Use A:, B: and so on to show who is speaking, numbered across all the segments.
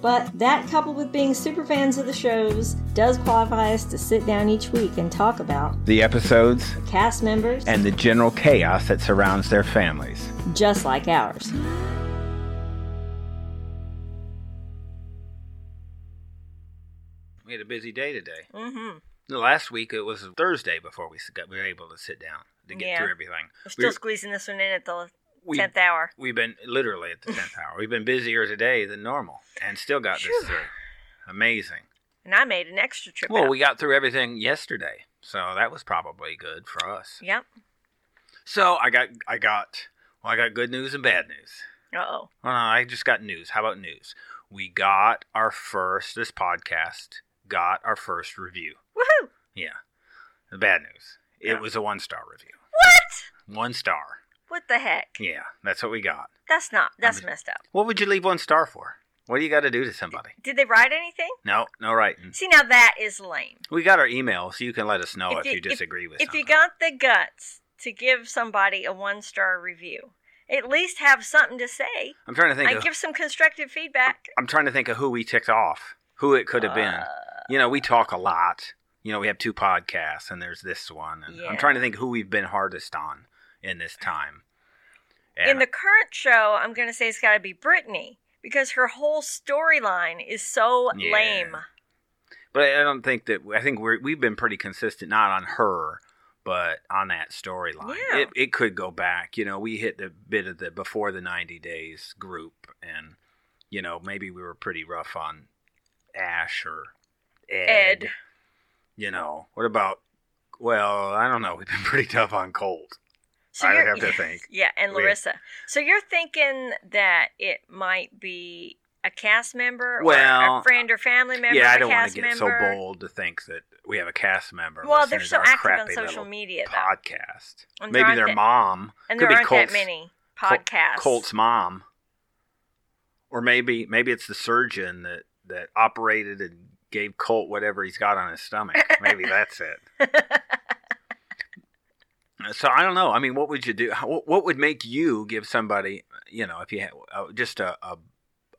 A: but that coupled with being super fans of the shows does qualify us to sit down each week and talk about
B: The episodes
A: cast members
B: and the general chaos that surrounds their families.
A: just like ours.
B: We had a busy day today.
A: Mm-hmm.
B: The last week it was Thursday before we got we were able to sit down to get
A: Yeah.
B: through everything.
A: We're
B: We-
A: still squeezing this one in at the
B: we-
A: 10th hour.
B: We've been literally at the tenth hour. We've been busier today than normal, and still got
A: Phew.
B: this through. Amazing.
A: And I made an extra trip.
B: Well,
A: out.
B: we got through everything yesterday, so that was probably good for us.
A: Yep.
B: So I got, I got, well, I got good news and bad news.
A: Uh oh.
B: Well, no, I just got news. How about news? We got our first. This podcast got our first review.
A: Woohoo!
B: Yeah. The bad news. It
A: Yeah.
B: was a one star review.
A: What?
B: One star.
A: What the heck?
B: Yeah, that's what we got.
A: That's not. That's
B: mean-
A: messed up.
B: What would you leave one star for? What do you got to do to somebody?
A: Did they write anything?
B: No, no writing.
A: See, now that is lame.
B: We got our email, so you can let us know if,
A: If you-
B: you disagree with
A: If
B: something.
A: you got the guts to give somebody a one star review, at least have something to say
B: I'm trying to think.
A: and
B: Of,
A: give some constructive feedback.
B: I'm trying to think of who we ticked off, who it could have been.
A: Uh,
B: You know, we talk a lot. You know, we have two podcasts, and there's this one. And I'm
A: Yeah.
B: trying to think who we've been hardest on in this time.
A: In the current show, I'm going to say it's got to be Brittany because her whole storyline is so
B: Yeah.
A: lame.
B: But I don't think that I think we're we've been pretty consistent, not on her, but on that storyline.
A: Yeah.
B: It it could go back. You know, we hit the bit of the before the ninety days group, and you know maybe we were pretty rough on Ash or Ed.
A: Ed.
B: You know, what about? Well, I don't know. We've been pretty tough on Colt.
A: So
B: I would
A: you're-
B: have to think.
A: Yeah, and
B: Weird.
A: Larissa. So you're thinking that it might be a cast member or
B: Well,
A: a friend or family member.
B: yeah,
A: of
B: I
A: a
B: don't want
A: cast
B: to get so
A: member.
B: bold to think that we have a cast member.
A: Well,
B: listening
A: they're
B: to
A: so
B: our
A: active on
B: crappy
A: social
B: little
A: media, though.
B: podcast.
A: And
B: Maybe
A: there aren't
B: their
A: that-
B: mom.
A: and
B: could
A: there
B: be
A: aren't
B: Colt's-
A: that many
B: Col-
A: podcasts.
B: Colt's mom, or maybe maybe it's the surgeon that that operated and gave Colt whatever he's got on his stomach. Maybe that's it. So I don't know. I mean, what would you do? How- What what would make you give somebody, you know, if you had uh, just a, a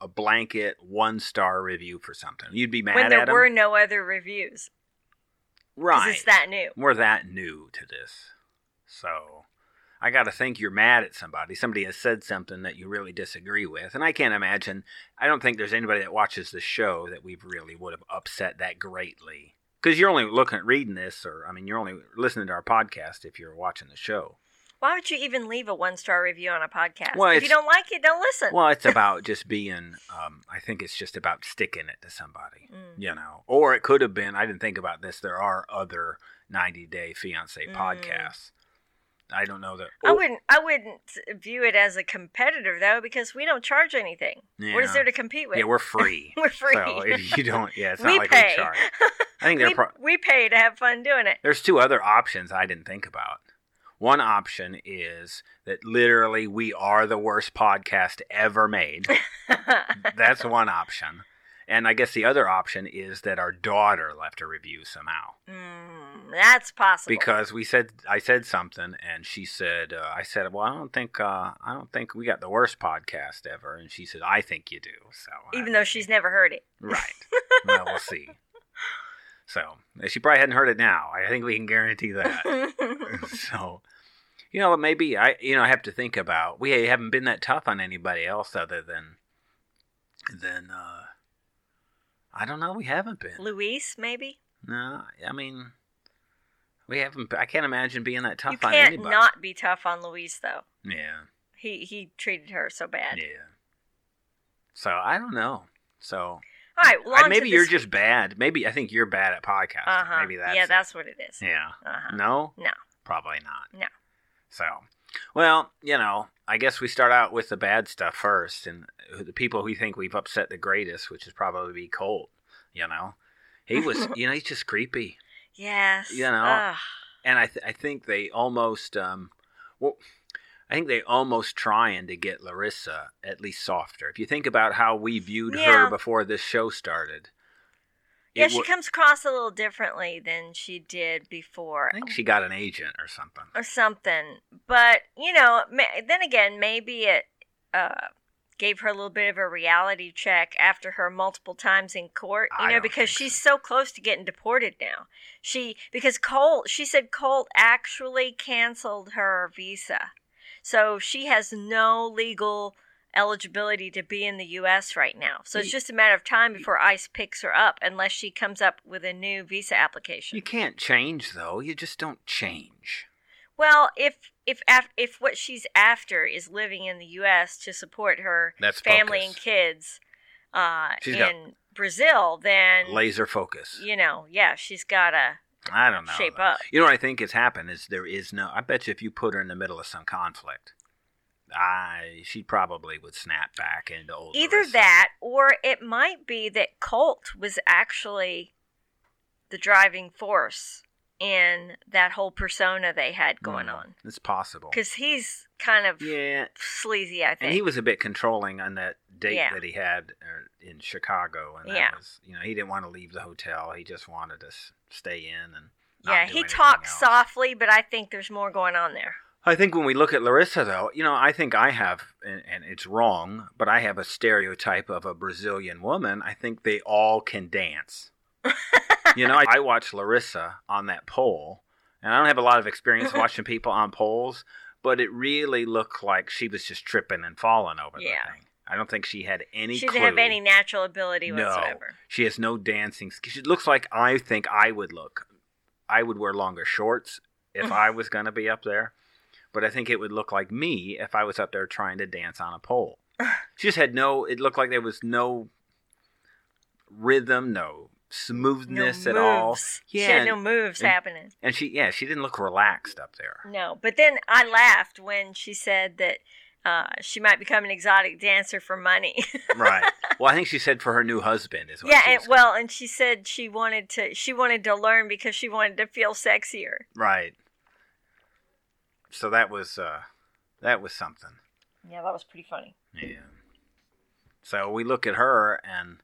B: a blanket one star review for something, you'd be mad
A: when there
B: at 'em?
A: were no other reviews. 'cause
B: right?
A: It's that new.
B: we're that new to this, so I got to think you're mad at somebody. Somebody has said something that you really disagree with, and I can't imagine. I don't think there's anybody that watches the show that we really would have upset that greatly. Because you're only looking at reading this, or I mean, you're only listening to our podcast if you're watching the show.
A: Why would you even leave a one star review on a podcast?
B: Well,
A: if you
B: it's-
A: don't like it, don't listen.
B: Well, it's about just being. Um, I think it's just about sticking it to somebody,
A: Mm.
B: you know. Or it could have been. I didn't think about this. There are other 90 Day Fiance
A: Mm.
B: podcasts. I don't know that.
A: I wouldn't. I wouldn't view it as a competitor though, because we don't charge anything. What is
B: Yeah.
A: there to compete with?
B: Yeah, we're free.
A: We're free.
B: So if you don't, yeah, it's not
A: we
B: like
A: pay.
B: we charge. I think there
A: we,
B: are pro-
A: we pay to have fun doing it.
B: there's two other options I didn't think about. One option is that literally we are the worst podcast ever made. That's one option. And I guess the other option is that our daughter left a review somehow
A: Mm, that's possible.
B: because we said I said something and she said uh, I said well I don't think uh, I don't think we got the worst podcast ever and she said I think you do so I
A: even though she's never heard it.
B: Right. well, we'll see. So she probably hadn't heard it now. I think we can guarantee that. so, you know, maybe I, you know, I have to think about. We haven't been that tough on anybody else other than, than uh, I don't know. We haven't been.
A: Luis, maybe
B: No, I mean, we haven't. I can't imagine being that tough
A: you
B: on
A: can't
B: anybody.
A: not be tough on Luis though.
B: yeah.
A: He he treated her so bad.
B: Yeah. So I don't know. So
A: All right, well,
B: I-
A: on
B: maybe
A: to
B: you're
A: this-
B: just bad. Maybe I think you're bad at podcasting.
A: uh-huh.
B: Maybe that's
A: yeah,
B: it.
A: that's what it is.
B: yeah.
A: Uh-huh.
B: No?
A: No.
B: Probably not.
A: No.
B: So, well, you know, I guess we start out with the bad stuff first, and who- the people we think we've upset the greatest, which is probably be Colt. You know, he was, you know, he's just creepy,
A: Yes.
B: You know,
A: Ugh.
B: and I, th- I think they almost, um, well, I think they almost trying to get Larissa at least softer. If you think about how we viewed
A: Yeah.
B: her before this show started, it
A: Yeah, she
B: wa-
A: comes across a little differently than she did before.
B: I think she got an agent or something.
A: or something. But you know, ma- then again, maybe it uh, gave her a little bit of a reality check after her multiple times in court. You
B: I
A: know,
B: don't
A: because
B: think
A: she's so close to getting deported now. She because Colt, she said Colt actually canceled her visa, so she has no legal eligibility to be in the U.S. right now. So it's
B: Ye-
A: just a matter of time before ICE picks her up, unless she comes up with a new visa application.
B: You can't change though. You just don't change.
A: Well, if if af- if what she's after is living in the U.S. to support her
B: That's
A: family
B: focus.
A: and kids uh,
B: She's
A: in
B: got-
A: Brazil, then
B: Laser focus.
A: you know, yeah, she's gotta.
B: I don't know.
A: shape
B: though.
A: up.
B: You know what I think has happened is there is no. I bet you if you put her in the middle of some conflict, I she probably would snap back into old.
A: Either
B: Larissa.
A: that, or it might be that Colt was actually the driving force in that whole persona they had going
B: Mm,
A: on,
B: It's possible.
A: because he's kind of
B: Yeah,
A: sleazy. I think
B: and he was a bit controlling on that date
A: Yeah.
B: that he had er, in Chicago, and that
A: Yeah.
B: was you know he didn't want to leave the hotel. He just wanted to s- stay in and. not
A: yeah,
B: do
A: he
B: anything
A: talks
B: else.
A: softly, but I think there's more going on there.
B: I think when we look at Larissa, though, you know, I think I have, and, and it's wrong, but I have a stereotype of a Brazilian woman. I think they all can dance. you know, I, I watch Larissa on that pole, and I don't have a lot of experience watching people on poles, but it really looked like she was just tripping and falling over
A: Yeah.
B: the thing. I don't think she had any.
A: she
B: clue.
A: didn't have any natural ability
B: No.
A: whatsoever.
B: She has no dancing skills. She looks like I think I would look. I would wear longer shorts if I was going to be up there. But I think it would look like me if I was up there trying to dance on a pole. She just had no, it looked like there was no rhythm, no smoothness at all.
A: Yeah,
B: Yeah.
A: she had no moves
B: and-
A: happening.
B: And she, yeah, she didn't look relaxed up there.
A: No, but then I laughed when she said that uh, she might become an exotic dancer for money.
B: right. Well, I think she said for her new husband is what
A: yeah,
B: she
A: and,
B: was-
A: well, and she said she wanted to she wanted to learn because she wanted to feel sexier.
B: Right. So that was, uh, that was something.
A: Yeah, that was pretty funny.
B: Yeah. So we look at her and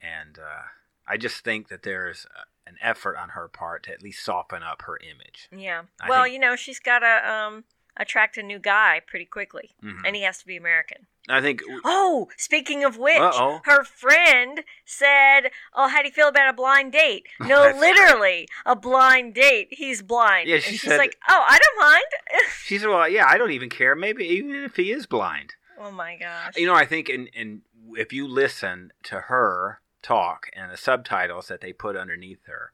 B: and uh, I just think that there's uh, an effort on her part to at least soften up her image.
A: Yeah.
B: I
A: well,
B: think-
A: you know, she's got to um, attract a new guy pretty quickly,
B: Mhm.
A: and he has to be American.
B: I think
A: Oh, speaking of which,
B: Uh-oh.
A: her friend said, "Oh, how do you feel about a blind date?" No,
B: That's
A: literally a blind date. He's blind.
B: Yeah,
A: and
B: she
A: she's
B: said-
A: like, "Oh, I don't mind."
B: she said, "Well, yeah, I don't even care. Maybe even if he is blind."
A: oh my gosh.
B: You know, I think in in if you listen to her talk and the subtitles that they put underneath her,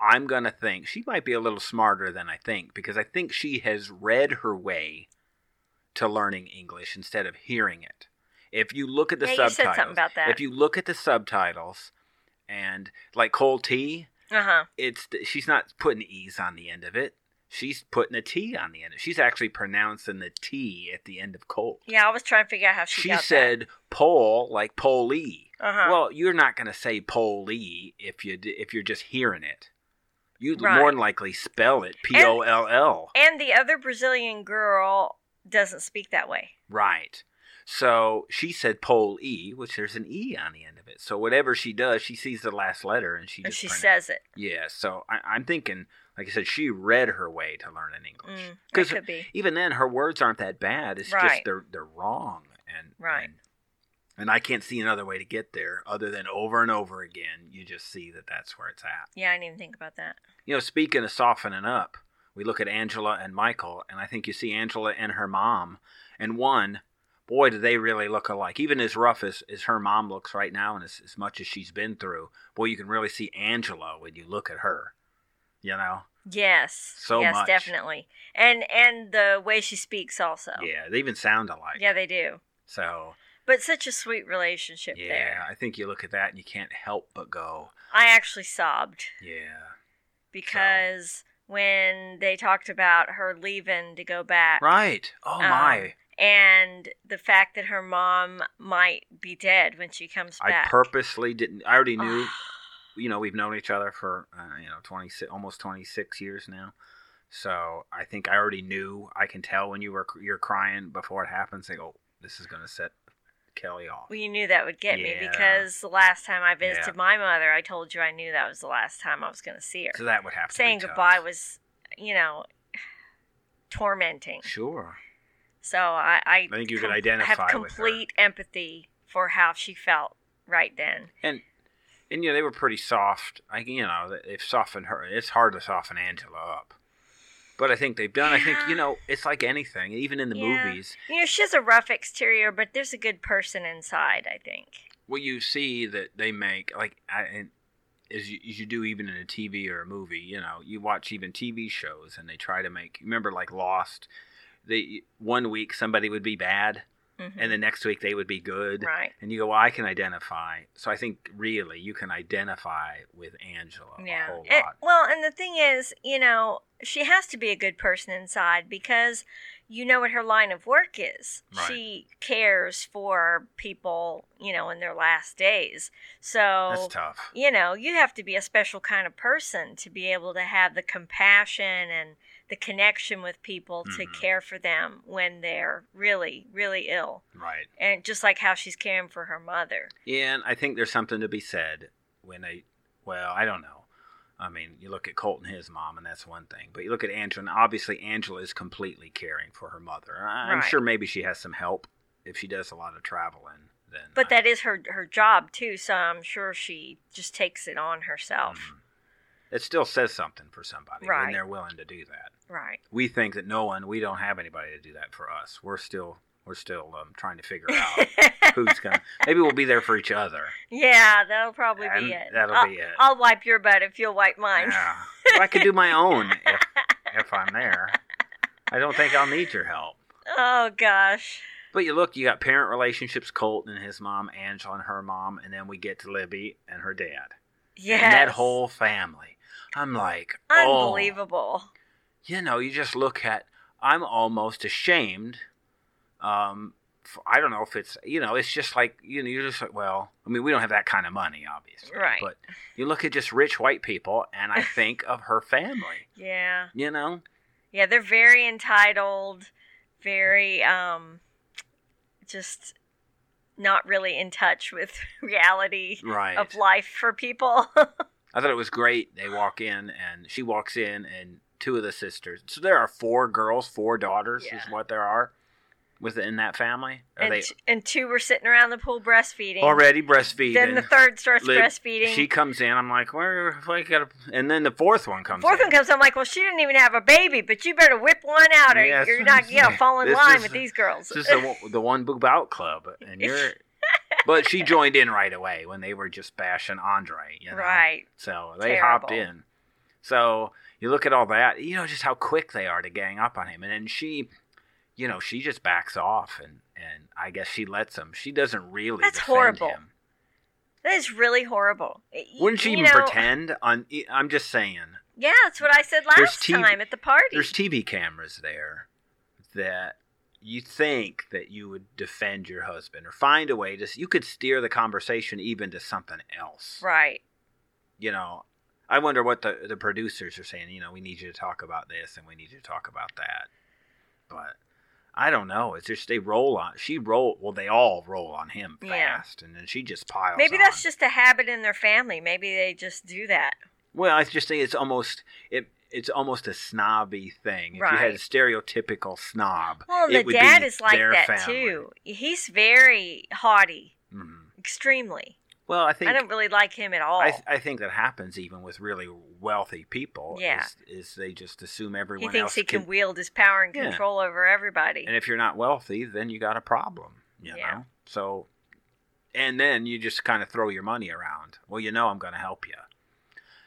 B: I'm gonna think she might be a little smarter than I think because I think she has read her way to learning English instead of hearing it. If you look at the
A: Yeah, you said
B: subtitles,
A: something about that.
B: if you look at the subtitles, and like Cole T,
A: uh huh.
B: it's th- she's not putting e's on the end of it. She's putting a T on the end. She's actually pronouncing the T at the end of Colt
A: Yeah, I was trying to figure out how she,
B: she
A: got
B: said pole like polee.
A: that. Uh-huh.
B: Well, you're not going to say polee if you d- if you're just hearing it. You'd
A: Right.
B: more than likely spell it p o l l.
A: and the other Brazilian girl doesn't speak that way.
B: Right. So she said polee, which there's an e on the end of it. So whatever she does, she sees the last letter and she
A: and
B: just
A: she
B: pronoun-
A: says it.
B: Yeah. So I, I'm thinking, like I said, she read her way to learning English
A: Mm, it
B: because
A: could be.
B: even then her words aren't that bad. It's
A: Right.
B: just they're they're wrong and
A: Right.
B: And, and I can't see another way to get there other than over and over again. You just see that that's where it's at.
A: Yeah, I didn't even think about that.
B: You know, speaking of softening up, we look at Angela and Michael, and I think you see Angela and her mom. And one, boy, do they really look alike. Even as rough as, as her mom looks right now and as, as much as she's been through, boy, you can really see Angela when you look at her. You know?
A: Yes.
B: So
A: yes,
B: much.
A: definitely. And and the way she speaks also.
B: Yeah, they even sound alike.
A: Oh. Yeah, they do.
B: So,
A: But such a sweet relationship
B: yeah,
A: there.
B: I think you look at that and you can't help but go,
A: I actually sobbed
B: yeah.
A: because when they talked about her leaving to go back
B: Right. Oh,
A: Um,
B: my.
A: and the fact that her mom might be dead when she comes
B: I
A: back.
B: purposely didn't. I already knew you know we've known each other for uh, you know 26 almost 26 years now So I think I already knew. I can tell when you were you're crying before it happens. They go, this is gonna set Kelly off.
A: Well, you knew that would get me
B: Yeah.
A: because the last time I visited
B: Yeah.
A: my mother, I told you I knew that was the last time I was going to see her.
B: So that would have to
A: Saying
B: be tough.
A: goodbye was, you know, tormenting.
B: sure.
A: So I, I,
B: I think you could
A: com-
B: identify
A: have
B: with her.
A: complete empathy for how she felt right then.
B: And and you know they were pretty soft. I you know they- they've softened her. It's hard to soften Angela up, but I think they've done. I think
A: Yeah.
B: you know it's like anything. Even in the
A: Yeah.
B: movies,
A: You know, she has a rough exterior, but there's a good person inside. I think.
B: what you see that they make like I, and as you, as you do even in a TV or a movie, you know, you watch even TV shows and they try to make. Remember, like Lost, they one week somebody would be bad
A: Mhm.
B: and the next week they would be good.
A: right.
B: And you go, well, I can identify. So I think really you can identify with Angela a
A: Yeah.
B: whole
A: And-
B: lot.
A: well, and the thing is, you know, she has to be a good person inside because you know what her line of work is.
B: Right.
A: She cares for people, you know, in their last days. So
B: That's tough.
A: you know, you have to be a special kind of person to be able to have the compassion and the connection with people
B: Mhm.
A: to care for them when they're really, really ill.
B: Right.
A: And just like how she's caring for her mother.
B: Yeah, and I think there's something to be said when they, well, I don't know. I mean, you look at Colt and his mom, and that's one thing. But you look at Angela, and obviously Angela is completely caring for her mother. I- I'm
A: Right.
B: sure maybe she has some help if she does a lot of traveling. Then,
A: But
B: I-
A: that is her her job too, so I'm sure she just takes it on herself.
B: Mhm. it still says something for somebody when
A: Right.
B: they're willing to do that.
A: Right.
B: We think that no one, we don't have anybody to do that for us. We're still, we're still um, trying to figure out who's gonna. Maybe we'll be there for each other.
A: yeah, that'll probably
B: And
A: be it. Uh,
B: that'll
A: I'll,
B: be it.
A: I'll wipe your butt if you'll wipe mine.
B: Yeah. Well, I could do my own if, if I'm there. I don't think I'll need your help.
A: Oh gosh.
B: But you look, you got parent relationships, Colton and his mom, Angela and her mom, and then we get to Libby and her dad.
A: Yes.
B: And that whole family. I'm like, oh.
A: unbelievable.
B: you know, you just look at, I'm almost ashamed. Um, f I don't know if it's, you know, it's just like, you know, you're just like, well, I mean, we don't have that kind of money, obviously.
A: Right.
B: But you look at just rich white people, and I think of her family,
A: Yeah.
B: you know?
A: Yeah, they're very entitled, very um just not really in touch with reality
B: Right.
A: of life for people.
B: I thought it was great. They walk in, and she walks in, and two of the sisters. So there are four girls, four daughters is
A: Yeah.
B: what there are within that family. Are
A: and,
B: they
A: t- and two were sitting around the pool breastfeeding.
B: already breastfeeding?
A: Then the third starts
B: Lib-
A: breastfeeding.
B: She comes in. I'm like, where? why you gotta? And then the fourth one comes.
A: Fourth
B: in.
A: one comes, I'm like, well, she didn't even have a baby, but you better whip one out or
B: Yes.
A: you're not, you know, fall in
B: This
A: line
B: is-
A: with these girls.
B: This is the one- the one boob out club, and you're. but she joined in right away when they were just bashing Andre. You know?
A: Right.
B: So they
A: Terrible.
B: hopped in. So you look at all that, you know, just how quick they are to gang up on him. And then she, you know, she just backs off and, and I guess she lets him. She doesn't really.
A: That's
B: defend
A: horrible.
B: Him.
A: That is really horrible. Y-
B: Wouldn't she
A: you
B: even
A: know-
B: pretend? On I'm just saying,
A: Yeah, that's what I said
B: There's
A: last
B: TV
A: time at the party.
B: there's TV cameras there that you think that you would defend your husband or find a way to. You could steer the conversation even to something else.
A: Right.
B: you know, I wonder what the the producers are saying. You know, we need you to talk about this and we need you to talk about that. But I don't know. It's just they roll on. She roll. Well, they all roll on him
A: Yeah.
B: fast, and then she just piles.
A: Maybe that's
B: on.
A: just a habit in their family. Maybe they just do that.
B: Well, I just think it's almost it. It's almost a snobby thing. If you had
A: Right.
B: a stereotypical snob,
A: Well,
B: it
A: the
B: would
A: dad
B: be
A: is like
B: their
A: that
B: family.
A: too. He's very haughty,
B: Mhm.
A: extremely.
B: Well, I think
A: I don't really like him at all.
B: I, th- I think that happens even with really wealthy people.
A: Yeah.
B: is, is they just assume everyone
A: he
B: else
A: thinks he can
B: can
A: wield his power and
B: Yeah.
A: control over everybody.
B: And if you're not wealthy, then you got a problem, you
A: Yeah.
B: know? So, and then you just kind of throw your money around. Well, you know, I'm going to help you.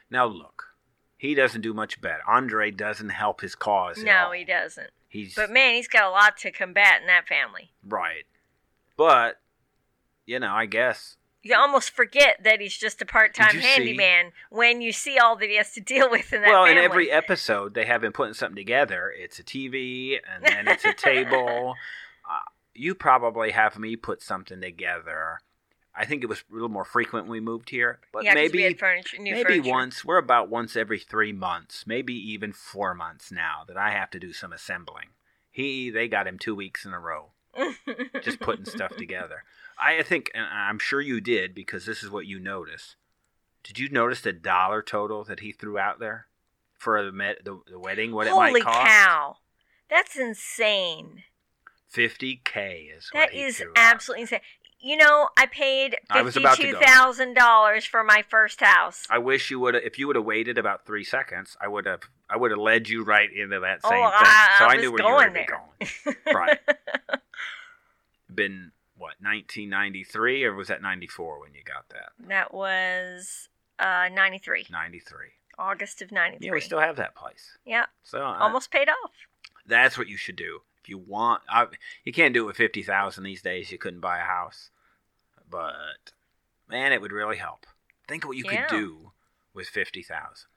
B: Now, look, he doesn't do much better. Andre doesn't help his cause. at
A: no,
B: all.
A: he doesn't.
B: He's
A: But man, he's got a lot to combat in that family.
B: right. But, you know, I guess
A: You almost forget that he's just a part-time
B: you see-
A: handyman when you see all that he has to deal with in that
B: well,
A: family.
B: in every episode, they have been putting something together. It's a TV, and then it's a table. Uh, you probably have me put something together I think it was a little more frequent when we moved here, but
A: yeah, 'cause we
B: maybe
A: had furniture, new
B: maybe
A: furniture.
B: once. We're about once every three months, maybe even four months now that I have to do some assembling. He they got him two weeks in a row, just putting stuff together. I think, and I'm sure you did because this is what you noticed. Did you notice the dollar total that he threw out there for the med- the, the wedding? What
A: Holy
B: it might cost?
A: cow, that's insane.
B: Fifty k is what
A: That
B: he
A: is
B: threw out.
A: absolutely insane. You know, I paid
B: I was about to
A: fifty-two
B: go.
A: thousand dollars for my first house.
B: I wish you would. If you would have waited about three seconds, I would have. I would have led you right into that
A: Oh,
B: same thing.
A: I-
B: so
A: I
B: I
A: was
B: knew where
A: going
B: you were
A: there.
B: going. right. Been what 1993 or was that 94 when you got that?
A: That was uh, ninety-three,
B: 93.
A: August of
B: Yeah, we
A: ninety-three.
B: still have that place.
A: yeah,
B: So I-
A: almost paid off.
B: that's what you should do if you want. I, you can't do it with 50,000 these days. You couldn't buy a house, but man, it would really help. Think what you
A: Yeah.
B: could do with 50,000.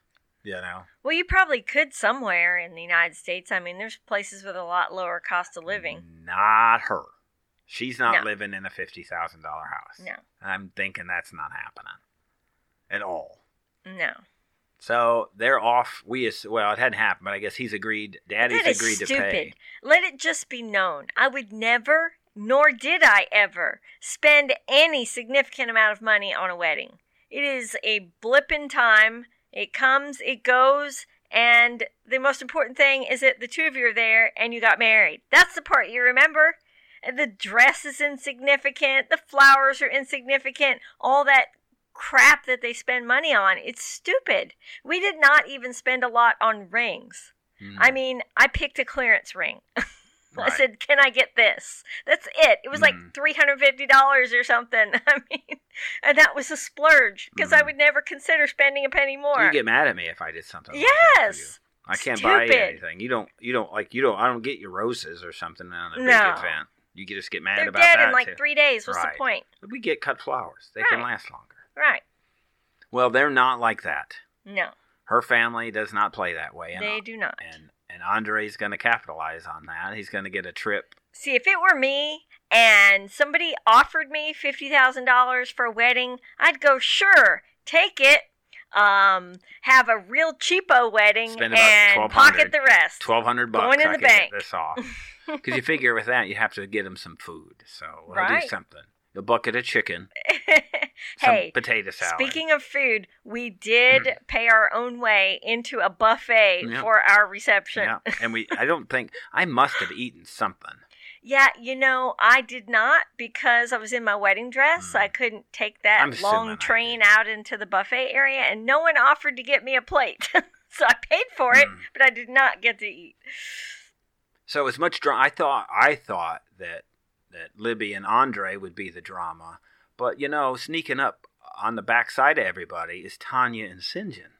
B: You know.
A: Well, you probably could somewhere in the United States. I mean, there's places with a lot lower cost of living.
B: Not her. She's not
A: No.
B: living in a fifty thousand dollar house.
A: No.
B: I'm thinking that's not happening at all. Mm.
A: No,
B: So they're off. We as well, it hadn't happened, but I guess he's agreed. Daddy's
A: that is
B: agreed
A: stupid.
B: to pay.
A: Let it just be known. I would never, nor did I ever, spend any significant amount of money on a wedding. It is a blip in time. It comes, it goes, and the most important thing is that the two of you are there and you got married. That's the part you remember. And The dress is insignificant. The flowers are insignificant. All that crap that they spend money on. It's stupid. We did not even spend a lot on rings.
B: Mm,
A: I mean, I picked a clearance ring.
B: Hmm, right.
A: I said, "Can I get this?" That's it. It was like
B: Mhm.
A: three hundred fifty dollars or something. I mean, and that was a splurge because I
B: Mhm.
A: would never consider spending a penny more.
B: you get mad at me if I did something. like that for you.
A: yes,
B: I can't buy you
A: Stupid.
B: anything. You don't. You don't like. You don't. I don't get your roses or something on a big
A: No.
B: event. You just get mad
A: they're
B: about
A: dead
B: that
A: in like
B: too.
A: three days. What's
B: Right.
A: the point?
B: We get cut flowers. They can
A: Right.
B: last longer.
A: Right?
B: Well, they're not like that.
A: No,
B: Her family does not play that way. and
A: they do not.
B: and and Andre's going to capitalize on that. He's going to get a trip.
A: See, if it were me and somebody offered me fifty thousand dollars for a wedding, I'd go sure, take it. Um, have a real cheapo wedding
B: Spend about
A: and pocket
B: $1,200.
A: the rest.
B: Twelve hundred bucks.
A: Going in
B: I
A: the
B: could get
A: bank.
B: This off because you figure with that you have to get him some food. So we'll
A: Right.
B: do something. A bucket of chicken, some
A: hey,
B: potato salad. Mm.
A: Speaking of food, we did pay our own way into a buffet
B: Yeah.
A: for our reception.
B: yeah,
A: Yeah.
B: and we. I don't think I must have eaten something.
A: you know, I did not because I was in my wedding dress.
B: Mm.
A: I couldn't take
B: I'm
A: that
B: assuming I
A: long
B: did.
A: train out into the buffet area, and no one offered to get me a plate. so I paid for it,
B: Mm.
A: but I did not get to eat.
B: So as much drama, I thought I thought that that Libby and Andre would be the drama, but you know, sneaking up on the backside of everybody is Tanya and Sinjin.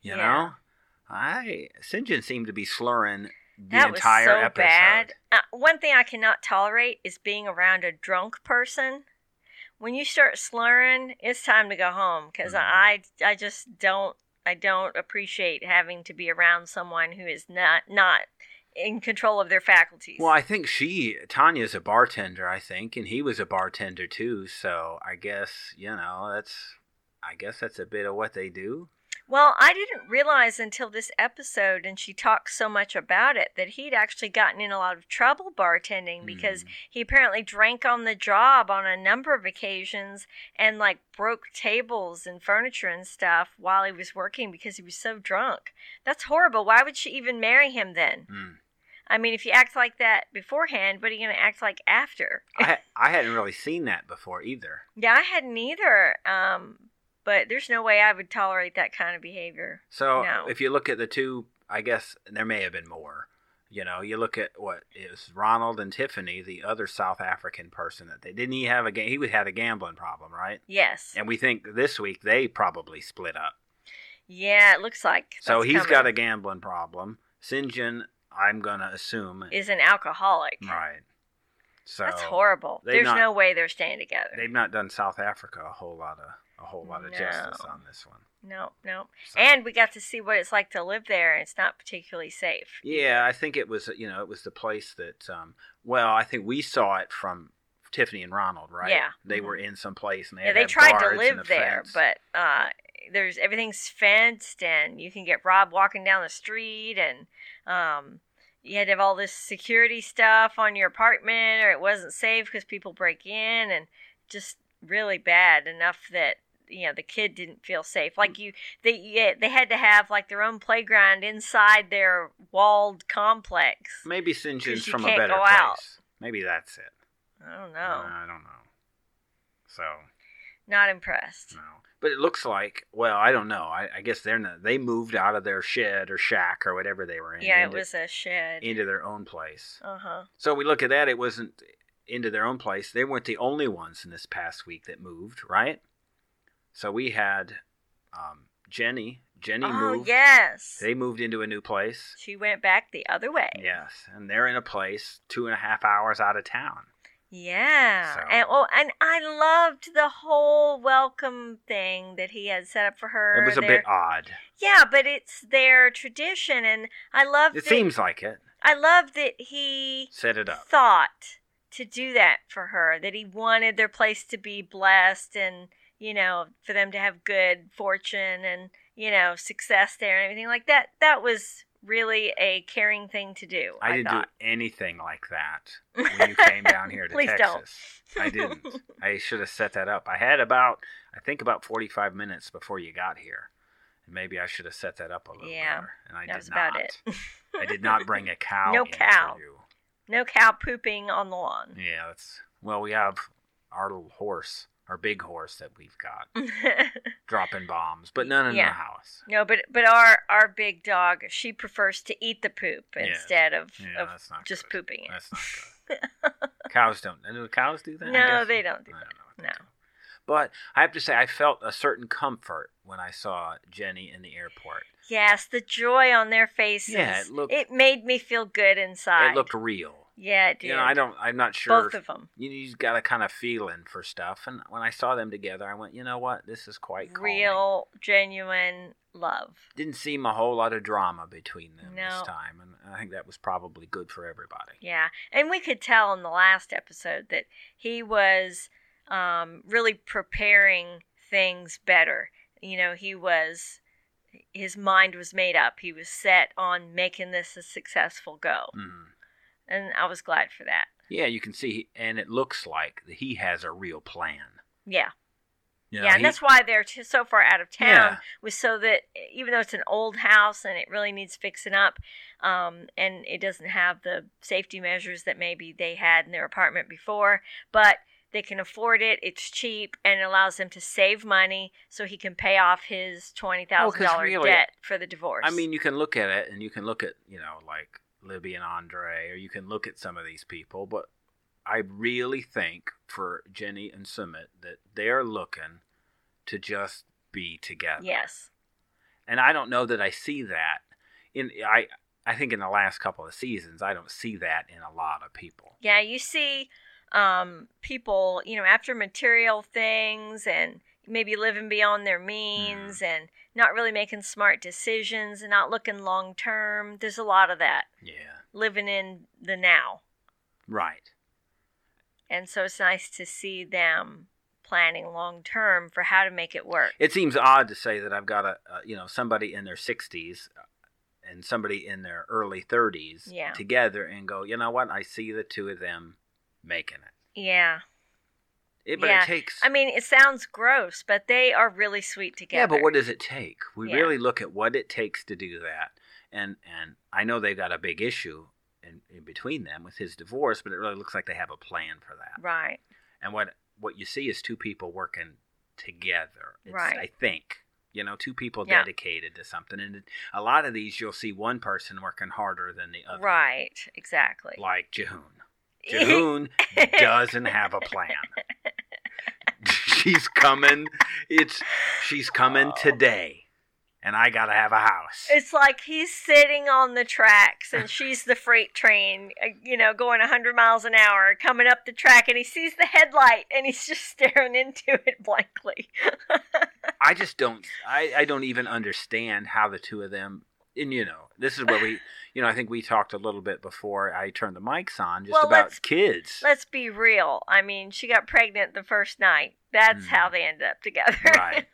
B: You
A: Yeah.
B: know, I Sinjin seemed to be slurring the
A: That was so
B: entire episode.
A: bad. Uh, one thing I cannot tolerate is being around a drunk person. When you start slurring, it's time to go home because
B: Mhm.
A: I I just don't I don't appreciate having to be around someone who is not not in control of their faculties.
B: Well, I think she Tanya's a bartender, I think, and he was a bartender too. So I guess you know that's I guess that's a bit of what they do.
A: Well, I didn't realize until this episode, and she talked so much about it, that he'd actually gotten in a lot of trouble bartending because
B: Mm.
A: he apparently drank on the job on a number of occasions and like broke tables and furniture and stuff while he was working because he was so drunk. That's horrible. Why would she even marry him then?
B: Mm.
A: I mean, if you act like that beforehand, what are you going to act like after?
B: I I hadn't really seen that before either.
A: Yeah, I hadn't either. Um, but there's no way I would tolerate that kind of behavior.
B: So
A: No.
B: if you look at the two, I guess there may have been more. You know, you look at what it was Ronald and Tiffany, the other South African person that they didn't he have a ga- he had a gambling problem, right?
A: Yes.
B: And we think this week they probably split up.
A: Yeah, it looks like.
B: So
A: that's
B: he's got a
A: coming.
B: gambling problem. Sinjin, I'm gonna assume,
A: is an alcoholic.
B: right. So
A: That's horrible.
B: they
A: There's
B: not-
A: no way they're staying together.
B: They've not done South Africa a whole lot of a whole lot of
A: No.
B: justice on this one.
A: no, no.
B: So-
A: And we got to see what it's like to live there, and it's not particularly safe.
B: Yeah, I think it was you know it was the place that um, well I think we saw it from Tiffany and Ronald, right?
A: Yeah. Mm-hmm.
B: They were in some place and they
A: Yeah,
B: had
A: they
B: had
A: tried to
B: guards and
A: live
B: a
A: there,
B: fence.
A: but uh, there's everything's fenced, and you can get robbed walking down the street, and um, you had to have all this security stuff on your apartment, or it wasn't safe because people break in, and just really bad enough that you know the kid didn't feel safe. Like you, they yeah, they had to have like their own playground inside their walled complex.
B: maybe St.
A: 'cause
B: Jude's
A: you
B: from a
A: can't
B: better
A: go
B: place.
A: out. Oh.
B: Maybe that's it.
A: I don't know,
B: I don't know. So
A: not impressed.
B: no, but it looks like. Well, I don't know. I, I guess they're not. They moved out of their shed or shack or whatever they were in.
A: Yeah, it
B: into-
A: was a shed.
B: into their own place.
A: Uh huh.
B: So we look at that. It wasn't into their own place. They weren't the only ones in this past week that moved, right? So we had um, Jenny. Jenny
A: Oh
B: moved.
A: yes.
B: They moved into a new place.
A: She went back the other way.
B: Yes, and they're in a place two and a half hours out of town.
A: Yeah.
B: So-
A: And oh, and I loved the whole welcome thing that he had set up for her.
B: It was a
A: Their-
B: bit odd.
A: Yeah, but it's their tradition, and I love.
B: It seems like it.
A: I love that he
B: Set it up.
A: thought to do that for her. That he wanted their place to be blessed, and you know, for them to have good fortune and you know success there and everything like that. That was really a caring thing to do. I,
B: I didn't
A: thought.
B: do anything like that when you came down here to
A: Please don't.
B: Texas. I didn't. I should have set that up. I had about, I think, about 45 minutes before you got here. And maybe I should have set that up a little
A: Yeah,
B: better. And I
A: that
B: did
A: was
B: not.
A: about it.
B: I did not bring a cow.
A: No
B: in for
A: cow.
B: you.
A: No cow pooping on the lawn.
B: Yeah, that's well. We have our little horse, our big horse that we've got, dropping bombs, but none in
A: Yeah.
B: the house.
A: no, but but our our big dog, she prefers to eat the poop
B: Yeah.
A: instead of,
B: Yeah,
A: of
B: that's not
A: just
B: good.
A: pooping it.
B: That's not good. cows don't. Do cows do that? I
A: No,
B: guess-
A: they don't
B: I
A: do
B: don't know.
A: that.
B: what they
A: No.
B: do. But I have to say, I felt a certain comfort when I saw Jenny in the airport.
A: Yes, the joy on their faces.
B: Yeah, it looked-
A: made me feel good inside.
B: It looked real.
A: yeah, it did.
B: You know, I don't. I'm not sure.
A: Both
B: if-
A: of them.
B: you know, you've got a kind of feeling for stuff, and when I saw them together, I went, you know what? This is quite calming.
A: Real, genuine love.
B: Didn't seem a whole lot of drama between them
A: No.
B: this time, and I think that was probably good for everybody.
A: Yeah, and we could tell in the last episode that he was um, really preparing things better. You know, he was his mind was made up. He was set on making this a successful go,
B: Mhm.
A: and I was glad for that.
B: Yeah, you can see, and it looks like that he has a real plan.
A: Yeah,
B: You know,
A: yeah,
B: he-
A: and that's why they're t- so far out of town
B: Yeah.
A: was so that even though it's an old house and it really needs fixing up, um, and it doesn't have the safety measures that maybe they had in their apartment before, but they can afford it. It's cheap and it allows them to save money, so he can pay off his twenty thousand thousand dollar
B: Oh, really,
A: debt for the divorce.
B: I mean, you can look at it, and you can look at you know like Libby and Andre, or you can look at some of these people, but I really think for Jenny and Summit that they're looking to just be together.
A: yes,
B: and I don't know that I see that in I I think in the last couple of seasons I don't see that in a lot of people.
A: yeah, you see, um, people, you know, after material things and maybe living beyond
B: Mm-hmm.
A: their means and not really making smart decisions and not looking long term. There's a lot of that
B: Yeah,
A: living in the now.
B: right.
A: And so it's nice to see them planning long term for how to make it work.
B: It seems odd to say that I've got a, a you know somebody in their 60s and somebody in their early 30s
A: Yeah.
B: together and go, "You know what? I see the two of them making it."
A: Yeah.
B: it but
A: Yeah.
B: it takes
A: I mean, it sounds gross, but they are really sweet together.
B: Yeah, but what does it take? We
A: Yeah.
B: really look at what it takes to do that, and and I know they've got a big issue in, in between them with his divorce, but it really looks like they have a plan for that.
A: Right.
B: And what what you see is two people working together. It's,
A: Right.
B: I think you know two people
A: Yeah.
B: dedicated to something, and it- a lot of these you'll see one person working harder than the other,
A: Right. Exactly.
B: like Jehoon. Jahoon doesn't have a plan. she's coming. It's she's coming today, and I gotta have a house.
A: Oh. It's like he's sitting on the tracks and she's the freight train, uh, you know, going 100 miles an hour, coming up the track, and he sees the headlight and he's just staring into it blankly.
B: I just don't. I I don't even understand how the two of them and you know, this is where we, you know, I think we talked a little bit before I turned the mics on just
A: Well, let's-
B: about kids.
A: Let's be real. I mean, she got pregnant the first night. That's
B: Mhm.
A: how they ended up together.
B: Right.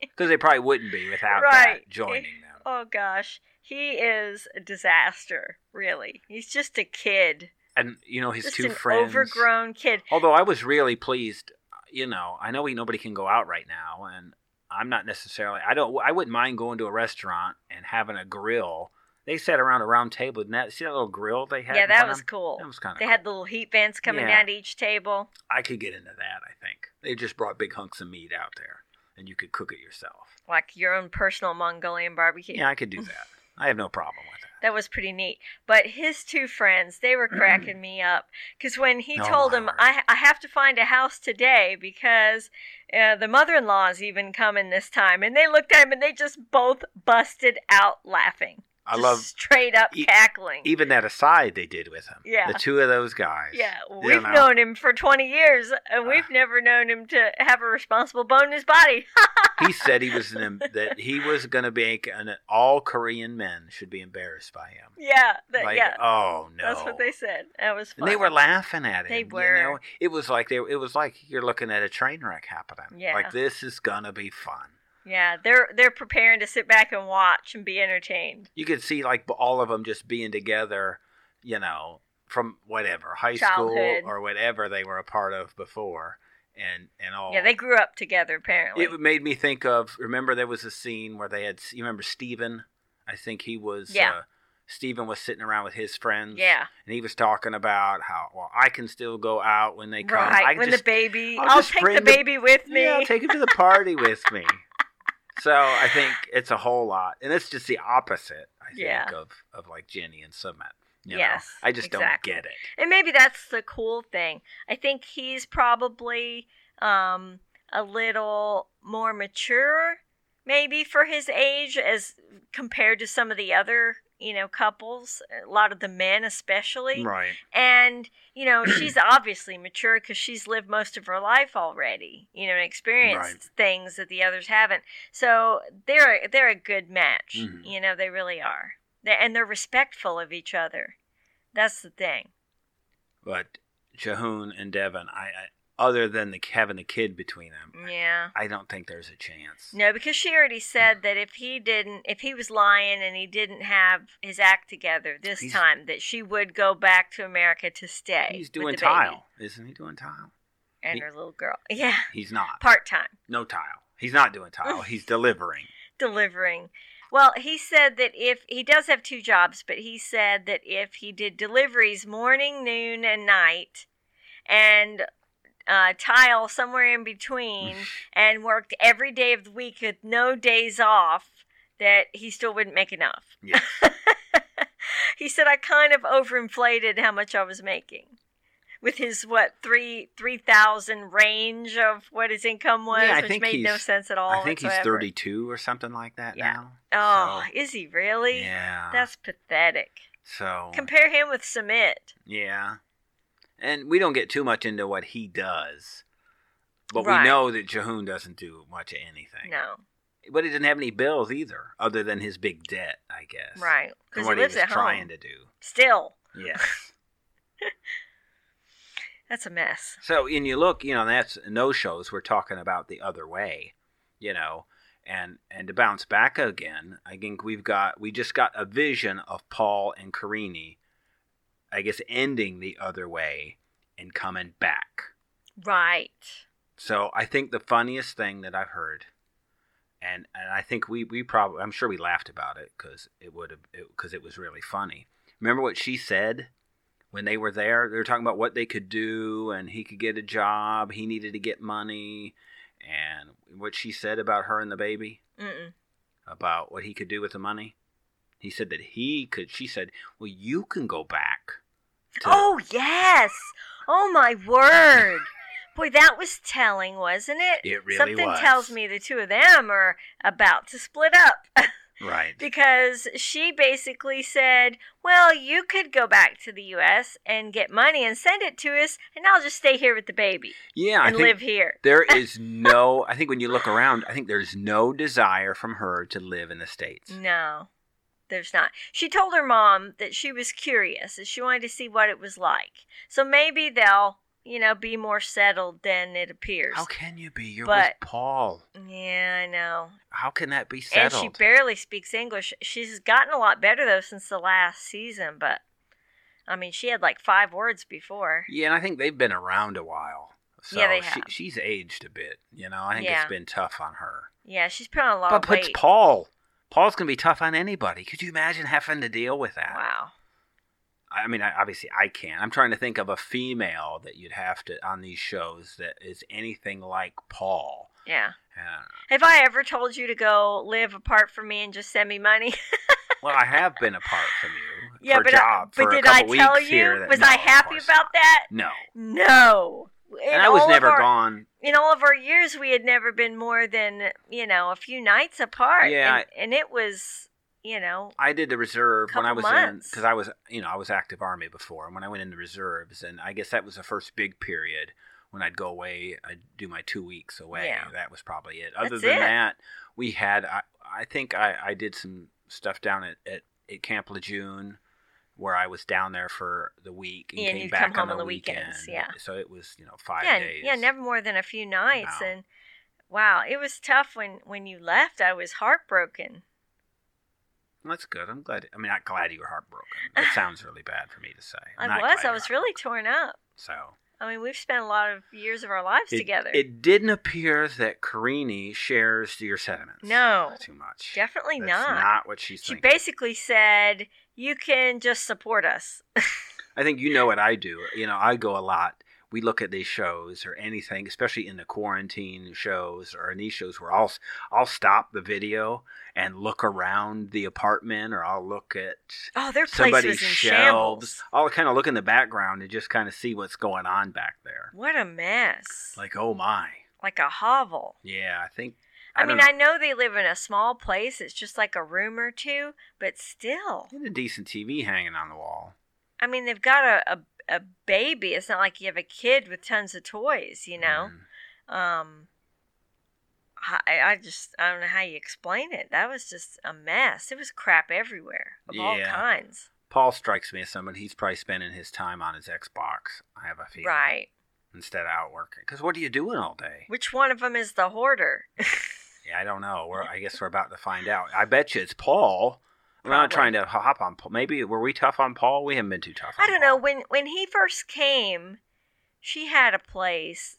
B: Because they probably wouldn't be without
A: Right.
B: that joining them.
A: oh gosh, he is a disaster. Really, he's just a kid,
B: And, you know, his
A: just
B: two
A: an
B: friends.
A: overgrown kid.
B: Although I was really pleased, you know, I know we nobody can go out right now, and I'm not necessarily. I don't. I wouldn't mind going to a restaurant and having a grill. They sat around a round table. And that see that little grill they had.
A: Yeah,
B: in
A: that
B: front
A: was
B: of 'em?
A: cool.
B: That was kind of.
A: They had little heat vents coming
B: Yeah.
A: down to each table.
B: I could get into that. I think they just brought big hunks of meat out there, and you could cook it yourself.
A: like your own personal Mongolian barbecue.
B: Yeah, I could do that. I have no problem with that.
A: That was pretty neat. But his two friends, they were cracking me up because when he
B: Oh,
A: told
B: my
A: him,
B: word.
A: I, I have to find a house today because uh, the mother in law's even coming this time, and they looked at him and they just both busted out laughing.
B: I
A: Just
B: love
A: straight up
B: E-
A: cackling.
B: even that aside they did with him.
A: Yeah.
B: the two of those guys.
A: yeah,
B: you
A: we've
B: know.
A: known him for 20 years, and
B: Ah.
A: we've never known him to have a responsible bone in his body.
B: he said he was an, that he was going to make an all Korean men should be embarrassed by him.
A: yeah, that,
B: like,
A: yeah,
B: oh no,
A: that's what they said. That was fun.
B: And they were laughing at him.
A: They
B: you
A: were.
B: know? It was like they. It was like you're looking at a train wreck happening.
A: Yeah.
B: Like this is gonna be fun.
A: Yeah, they're they're preparing to sit back and watch and be entertained.
B: You could see like all of them just being together. You know, from whatever high
A: Childhood.
B: school or whatever they were a part of before, and and all.
A: Yeah, they grew up together apparently.
B: It made me think of. Remember, there was a scene where they had. You remember Steven? I think he was.
A: Yeah.
B: Uh, Steven was sitting around with his friends.
A: yeah,
B: And he was talking about how, well, I can still go out when they come. I
A: right.
B: can
A: When
B: just,
A: the baby,
B: I'll
A: I'll,
B: just
A: take
B: bring
A: the
B: the-
A: baby with me.
B: Yeah, take him to the party with me. So I think it's a whole lot, and it's just the opposite. I think
A: Yeah.
B: of of like Jenny and Summit. You
A: Yes,
B: know? I just
A: exactly.
B: don't get it.
A: and maybe that's the cool thing. I think he's probably um, a little more mature, maybe for his age, as compared to some of the other you know couples. A lot of the men, especially.
B: Right.
A: And, you know, she's obviously mature because she's lived most of her life already, you know, and experienced things that the others haven't. So they're they're a good match.
B: Mhm.
A: You know, they really are. They're, and they're respectful of each other. That's the thing.
B: But Jahoon and Devon, I, I other than the having a kid between them,
A: Yeah.
B: I don't think there's a chance.
A: No, because she already said that if he didn't, if he was lying and he didn't have his act together this
B: He's-
A: time, that she would go back to America to stay.
B: He's
A: with
B: doing
A: the baby
B: tile, isn't he? Doing tile?
A: And
B: He-
A: her little girl. Yeah.
B: He's not.
A: Part time.
B: No tile. He's not doing tile. He's delivering.
A: delivering. Well, he said that if he does have two jobs, but he said that if he did deliveries morning, noon, and night, and uh, tile somewhere in between, and worked every day of the week with no days off, that he still wouldn't make enough.
B: Yes.
A: he said I kind of overinflated how much I was making. With his what three three thousand range of what his income was,
B: Yeah, I
A: which
B: think
A: made no
B: he's-
A: sense at all.
B: I think he's
A: whatsoever.
B: 32 or something like that
A: Yeah.
B: now.
A: Oh,
B: So,
A: is he really?
B: yeah.
A: That's pathetic.
B: so
A: Compare him with Submit.
B: Yeah. And we don't get too much into what he does. But
A: Right.
B: we know that Jahoon doesn't do much of anything.
A: No,
B: But he didn't have any bills either, other than his big debt, I guess.
A: right?
B: And
A: Because he
B: what he was
A: lives at
B: trying
A: home
B: to do.
A: still.
B: Yes.
A: That's a mess.
B: so and you look, you know, that's no shows we're talking about the other way, you know. And and to bounce back again, I think we've got we just got a vision of Paul and Carini, I guess ending the other way and coming back.
A: Right.
B: So I think the funniest thing that I've heard, and and I think we we probably I'm sure we laughed about it because it would have because it, was really funny. Remember what she said when they were there? They were talking about what they could do, and he could get a job. He needed to get money, and what she said about her and the baby
A: Mm-mm.
B: about what he could do with the money. He said that he could. She said, "Well, you can go back." to-
A: Oh yes. Oh my word. Boy, that was telling, wasn't it?
B: It really
A: Something
B: was.
A: tells me the two of them are about to split up.
B: right.
A: because she basically said, Well, you could go back to the US and get money and send it to us, and I'll just stay here with the baby
B: Yeah, I
A: and
B: think
A: live here.
B: There is no, I think when you look around, I think there's no desire from her to live in the States.
A: No. there's not. She told her mom that she was curious and she wanted to see what it was like. So maybe they'll, you know, be more settled than it appears.
B: How can you be? You're
A: But-
B: with Paul.
A: Yeah, I know.
B: How can that be settled?
A: And she barely speaks English. She's gotten a lot better though since the last season, but I mean, she had like five words before.
B: Yeah, and I think they've been around a while. So
A: Yeah, they
B: She,
A: have.
B: she's aged a bit, you know. I think
A: Yeah.
B: it's been tough on her.
A: Yeah, she's put on a lot
B: But
A: of
B: puts
A: weight.
B: Paul. Paul's gonna be tough on anybody. Could you imagine having to deal with that?
A: Wow.
B: I mean, I, obviously I can't. I'm trying to think of a female that you'd have to on these shows that is anything like Paul.
A: Yeah.
B: Uh,
A: Have I ever told you to go live apart from me and just send me money?
B: well, I have been apart from you
A: yeah,
B: for
A: but
B: job
A: I,
B: for
A: but
B: a
A: did I
B: couple
A: tell
B: weeks here.
A: you?
B: that-
A: Was
B: no,
A: I
B: of
A: happy
B: course
A: about
B: not.
A: that?
B: No,
A: No. In
B: and I was
A: all of
B: never
A: our-
B: gone.
A: In all of our years, we had never been more than you know a few nights apart.
B: Yeah,
A: and, and it was you know
B: I did the reserve when I
A: Couple
B: was in
A: months.
B: because I was you know I was active army before, and when I went into reserves, and I guess that was the first big period when I'd go away. I'd do my two weeks away.
A: Yeah.
B: That was probably it. Other
A: That's
B: than
A: it.
B: that, we had I, I think I, I did some stuff down at, at at Camp Lejeune where I was down there for the week and
A: Yeah, and
B: came
A: you'd
B: back
A: come home
B: on,
A: on
B: the
A: the weekends,
B: weekend.
A: yeah.
B: So it was you know five
A: yeah,
B: days.
A: yeah, never more than a few nights.
B: No.
A: And wow, it was tough when when you left. I was heartbroken.
B: That's good. I'm glad. I mean, not glad you were heartbroken. That sounds really bad for me to say. I'm
A: I
B: not
A: was.
B: glad
A: I
B: you
A: was
B: were
A: really torn up.
B: so.
A: I mean, we've spent a lot of years of our lives
B: it,
A: together.
B: It didn't appear that Carini shares your sentiments.
A: No.
B: too much.
A: Definitely
B: That's
A: not.
B: what she's
A: she
B: thinking.
A: basically said, "You can just support us."
B: I think you know what I do. You know, I go a lot. We look at these shows or anything, especially in the quarantine shows or in these shows where I'll I'll stop the video and look around the apartment or I'll look at
A: Oh, their place
B: somebody's
A: was in
B: shelves.
A: shambles.
B: I'll kind of look in the background and just kind of see what's going on back there.
A: What a mess! Like,
B: Like, oh my,
A: a hovel.
B: yeah. I think.
A: I,
B: don't
A: mean,
B: know.
A: I know they live in a small place. It's just like a room or two, but still.
B: They had a decent TV hanging on the wall.
A: I mean, they've got a, a, a baby. It's not like you have a kid with tons of toys, you know?
B: Mm.
A: Um, I, I just, I don't know how you explain it. That was just a mess. It was crap everywhere of all
B: Yeah.
A: kinds.
B: Paul strikes me as someone he's probably spending his time on his Xbox. I have a feeling,
A: Right.
B: Instead of out working, because what are you doing all day?
A: Which one of them is the hoarder?
B: Yeah, I don't know. We're, I guess we're about to find out. I bet you it's Paul. We're not trying
A: Probably.
B: to hop on. Paul. Maybe were we tough on Paul? We haven't been too tough.
A: I
B: on
A: don't know.
B: Paul.
A: When when he first came, she had a place,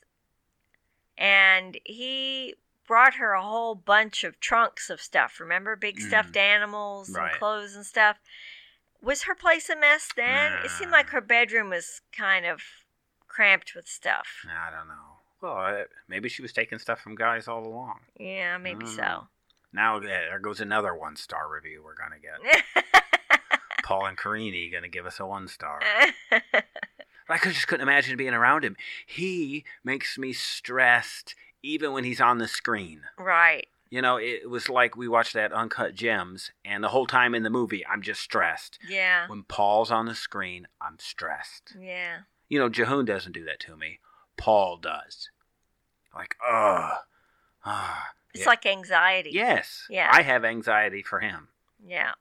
A: and he brought her a whole bunch of trunks of stuff. Remember, big
B: Mhm.
A: stuffed animals
B: Right.
A: and clothes and stuff. Was her place a mess then? It seemed like her bedroom was kind of cramped with stuff.
B: I don't know. Well, I, maybe she was taking stuff from guys all along.
A: Yeah, maybe
B: Mm. Now eh, there goes another one star review we're gonna get. Paul and Carini gonna give us a one star.
A: so.
B: I could, just couldn't imagine being around him. He makes me stressed even when he's on the screen.
A: right.
B: You know, it was like we watched that Uncut Gems, and the whole time in the movie, I'm just stressed.
A: Yeah. Mm.
B: When Paul's on the screen, I'm stressed.
A: Yeah.
B: You know, Jahoon doesn't do that to me. Paul does. Like, ugh. ugh.
A: It's
B: Yeah.
A: like anxiety.
B: Yes.
A: Yeah.
B: I have anxiety for him.
A: Yeah.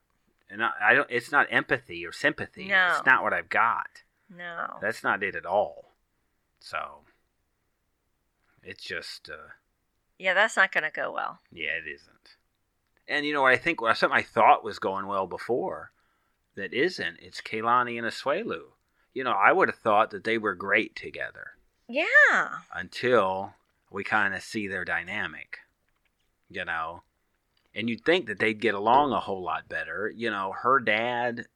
B: And I, I don't, it's not empathy or sympathy.
A: No. Oh.
B: It's not what I've got.
A: No.
B: That's not it at all. So it's just uh,
A: Yeah, that's not going to go well.
B: yeah, it isn't. And you know what I think well, something I thought was going well before that isn't, it's Kaylani and Asuelu. You know, I would have thought that they were great together
A: Yeah.
B: until we kind of see their dynamic, you know. And you'd think that they'd get along a whole lot better, you know, her dad,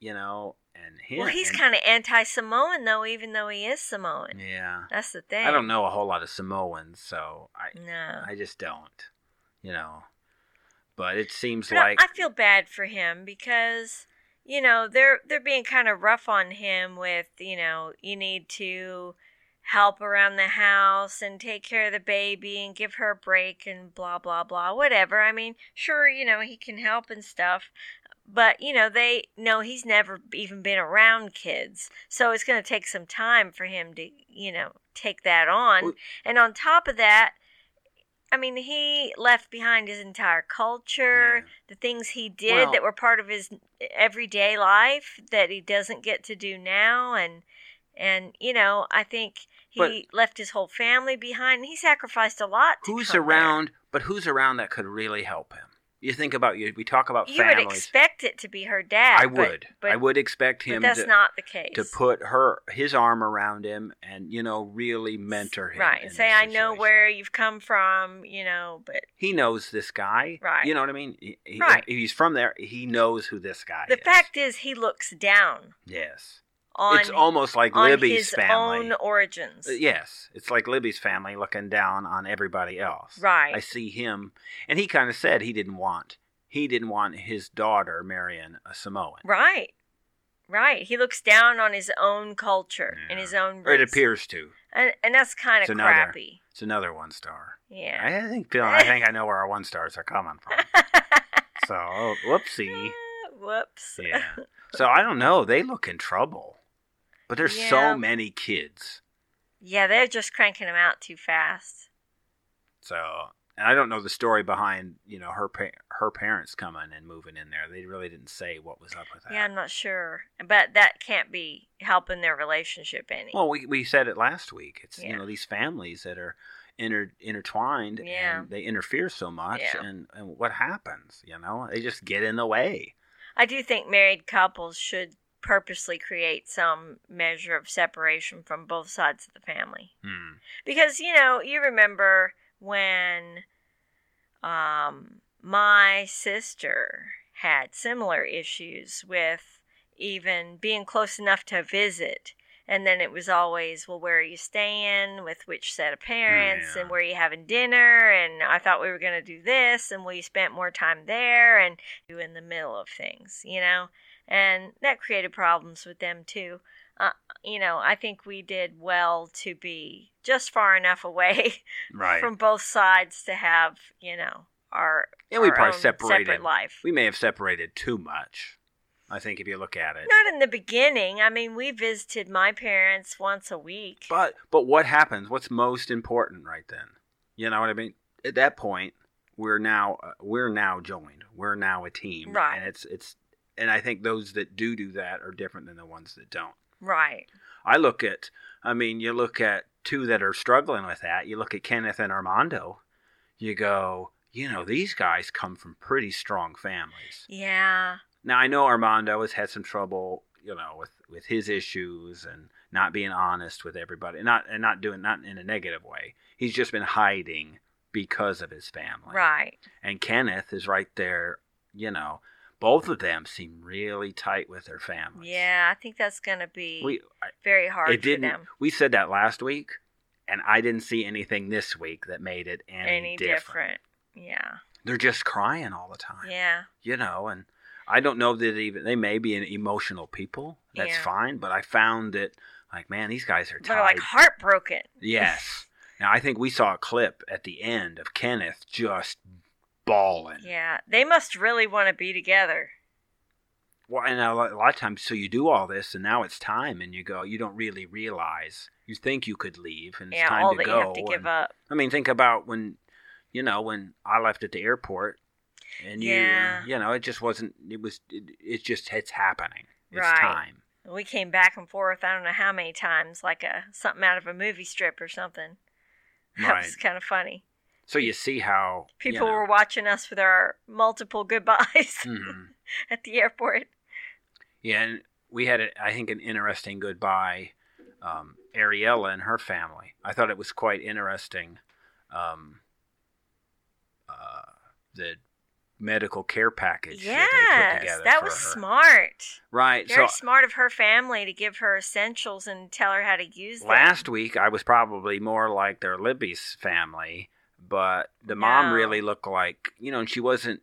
B: you know, and him.
A: Well, he's
B: and-
A: kind of anti-Samoan though, even though he is Samoan.
B: Yeah.
A: That's the thing.
B: I don't know a whole lot of Samoans, so I
A: No,
B: I just don't, you know. But it seems
A: But I-
B: like
A: I feel bad for him because you know they're they're being kind of rough on him with you know you need to help around the house and take care of the baby and give her a break and blah blah blah whatever. I mean, sure you know he can help and stuff. But you know they no he's never even been around kids, so it's going to take some time for him to you know take that on.
B: Well-
A: and on top of that, I mean, he left behind his entire culture,
B: Yeah.
A: the things he did
B: Well-
A: that were part of his everyday life that he doesn't get to do now, and and you know, I think he
B: But-
A: left his whole family behind. He sacrificed a lot. To
B: Who's
A: come there.
B: around? But who's around that could really help him? You think about you. We talk about
A: You
B: families.
A: would expect it to be her dad.
B: I
A: but-
B: would.
A: but,
B: I would expect
A: But
B: him
A: that's
B: to,
A: not the case.
B: to put her his arm around him and you know really mentor him.
A: right,
B: in
A: and say
B: this
A: I know
B: situation."
A: where you've come from. You know, but
B: he knows this guy.
A: Right.
B: You know what I mean? He, he-
A: Right.
B: He's from there. He knows who this guy
A: the
B: is.
A: fact is, he looks down
B: Yes.
A: on
B: it's almost like
A: on
B: Libby's
A: his
B: family.
A: own origins.
B: Uh, Yes, it's like Libby's family looking down on everybody else.
A: Right.
B: I see him, and he kind of said he didn't want he didn't want his daughter marrying a Samoan.
A: Right. Right. He looks down on his own culture and his own
B: Or it
A: roots.
B: appears to.
A: And, and that's kind
B: It's
A: of
B: another-
A: crappy.
B: It's another one star.
A: Yeah.
B: I think Bill. I think I know where our one stars are coming from. So oh, whoopsie.
A: Whoops.
B: Yeah. So I don't know. They look in trouble, but there's
A: Yeah.
B: so many kids.
A: Yeah, they're just cranking him out too fast.
B: So and I don't know the story behind you know her pa- her parents coming and moving in there. They really didn't say what was up with that.
A: Yeah, I'm not sure. But that can't be helping their relationship any.
B: Well, we we said it last week. It's
A: Yeah.
B: you know these families that are inter intertwined
A: Yeah.
B: and they interfere so much,
A: Yeah.
B: and and what happens? You know, they just get in the way.
A: I do think married couples should purposely create some measure of separation from both sides of the family.
B: Hmm.
A: because you know you remember when um my sister had similar issues with even being close enough to visit and then it was always well where are you staying with which set of parents
B: Yeah.
A: and where are you having dinner and i thought we were going to do this and we spent more time there and you in the middle of things you know and that created problems with them too Uh, you know, I think we did well to be just far enough away
B: Right.
A: from both sides to have, you know, our,
B: and we
A: our
B: probably
A: own
B: separated.
A: separate life.
B: We may have separated too much. I think if you look at it.
A: Not in the beginning. I mean, we visited my parents once a week.
B: But but what happens? What's most important right then? You know what I mean? At that point, we're now uh, we're now joined. We're now a team.
A: Right.
B: And it's it's and I think those that do do that are different than the ones that don't.
A: right.
B: I look at I mean, you look at two that are struggling with that. You look at Kenneth and Armando. You go, you know, these guys come from pretty strong families.
A: Yeah.
B: Now I know Armando has had some trouble, you know, with with his issues and not being honest with everybody, and not and not doing not in a negative way. He's just been hiding because of his family.
A: Right.
B: And Kenneth is right there, you know. Both of them seem really tight with their families.
A: Yeah. I think that's going to be
B: We I,
A: very hard
B: it
A: for
B: didn't.
A: them.
B: We said that last week, and I didn't see anything this week that made it any,
A: Any
B: different.
A: different. Yeah.
B: They're just crying all the time
A: Yeah.
B: you know, and I don't know that even they may be an emotional people. That's
A: Yeah.
B: fine, but I found that like, man, these guys are
A: They're
B: tied.
A: like heartbroken.
B: yes. Now I think we saw a clip at the end of Kenneth just bawling.
A: Yeah. They must really want to be together.
B: Well, and a lot, a lot of times, so you do all this, and now it's time, and you go. You don't really realize. You think you could leave, and it's
A: yeah.
B: time
A: All
B: to
A: that
B: go.
A: you have to give
B: and-
A: up.
B: I mean, think about when, you know, when I left at the airport, and you,
A: Yeah.
B: you know, it just wasn't. It was. It, it just it's happening. It's
A: Right.
B: time.
A: We came back and forth. I don't know how many times, like a something out of a movie strip or something. That
B: Right.
A: was kind of funny.
B: So you see how you
A: People
B: know,
A: were watching us with our multiple goodbyes
B: mhm.
A: at the airport.
B: Yeah, and we had, a, I think, an interesting goodbye. Um, Ariella and her family. I thought it was quite interesting. Um, uh, the medical care package that they put
A: Yes,
B: together
A: that
B: for
A: was
B: her.
A: smart.
B: Right.
A: Very
B: so
A: smart of her family to give her essentials and tell her how to use them.
B: last week I was probably more like their Libby's family, but the mom
A: No.
B: really looked like you know, and she wasn't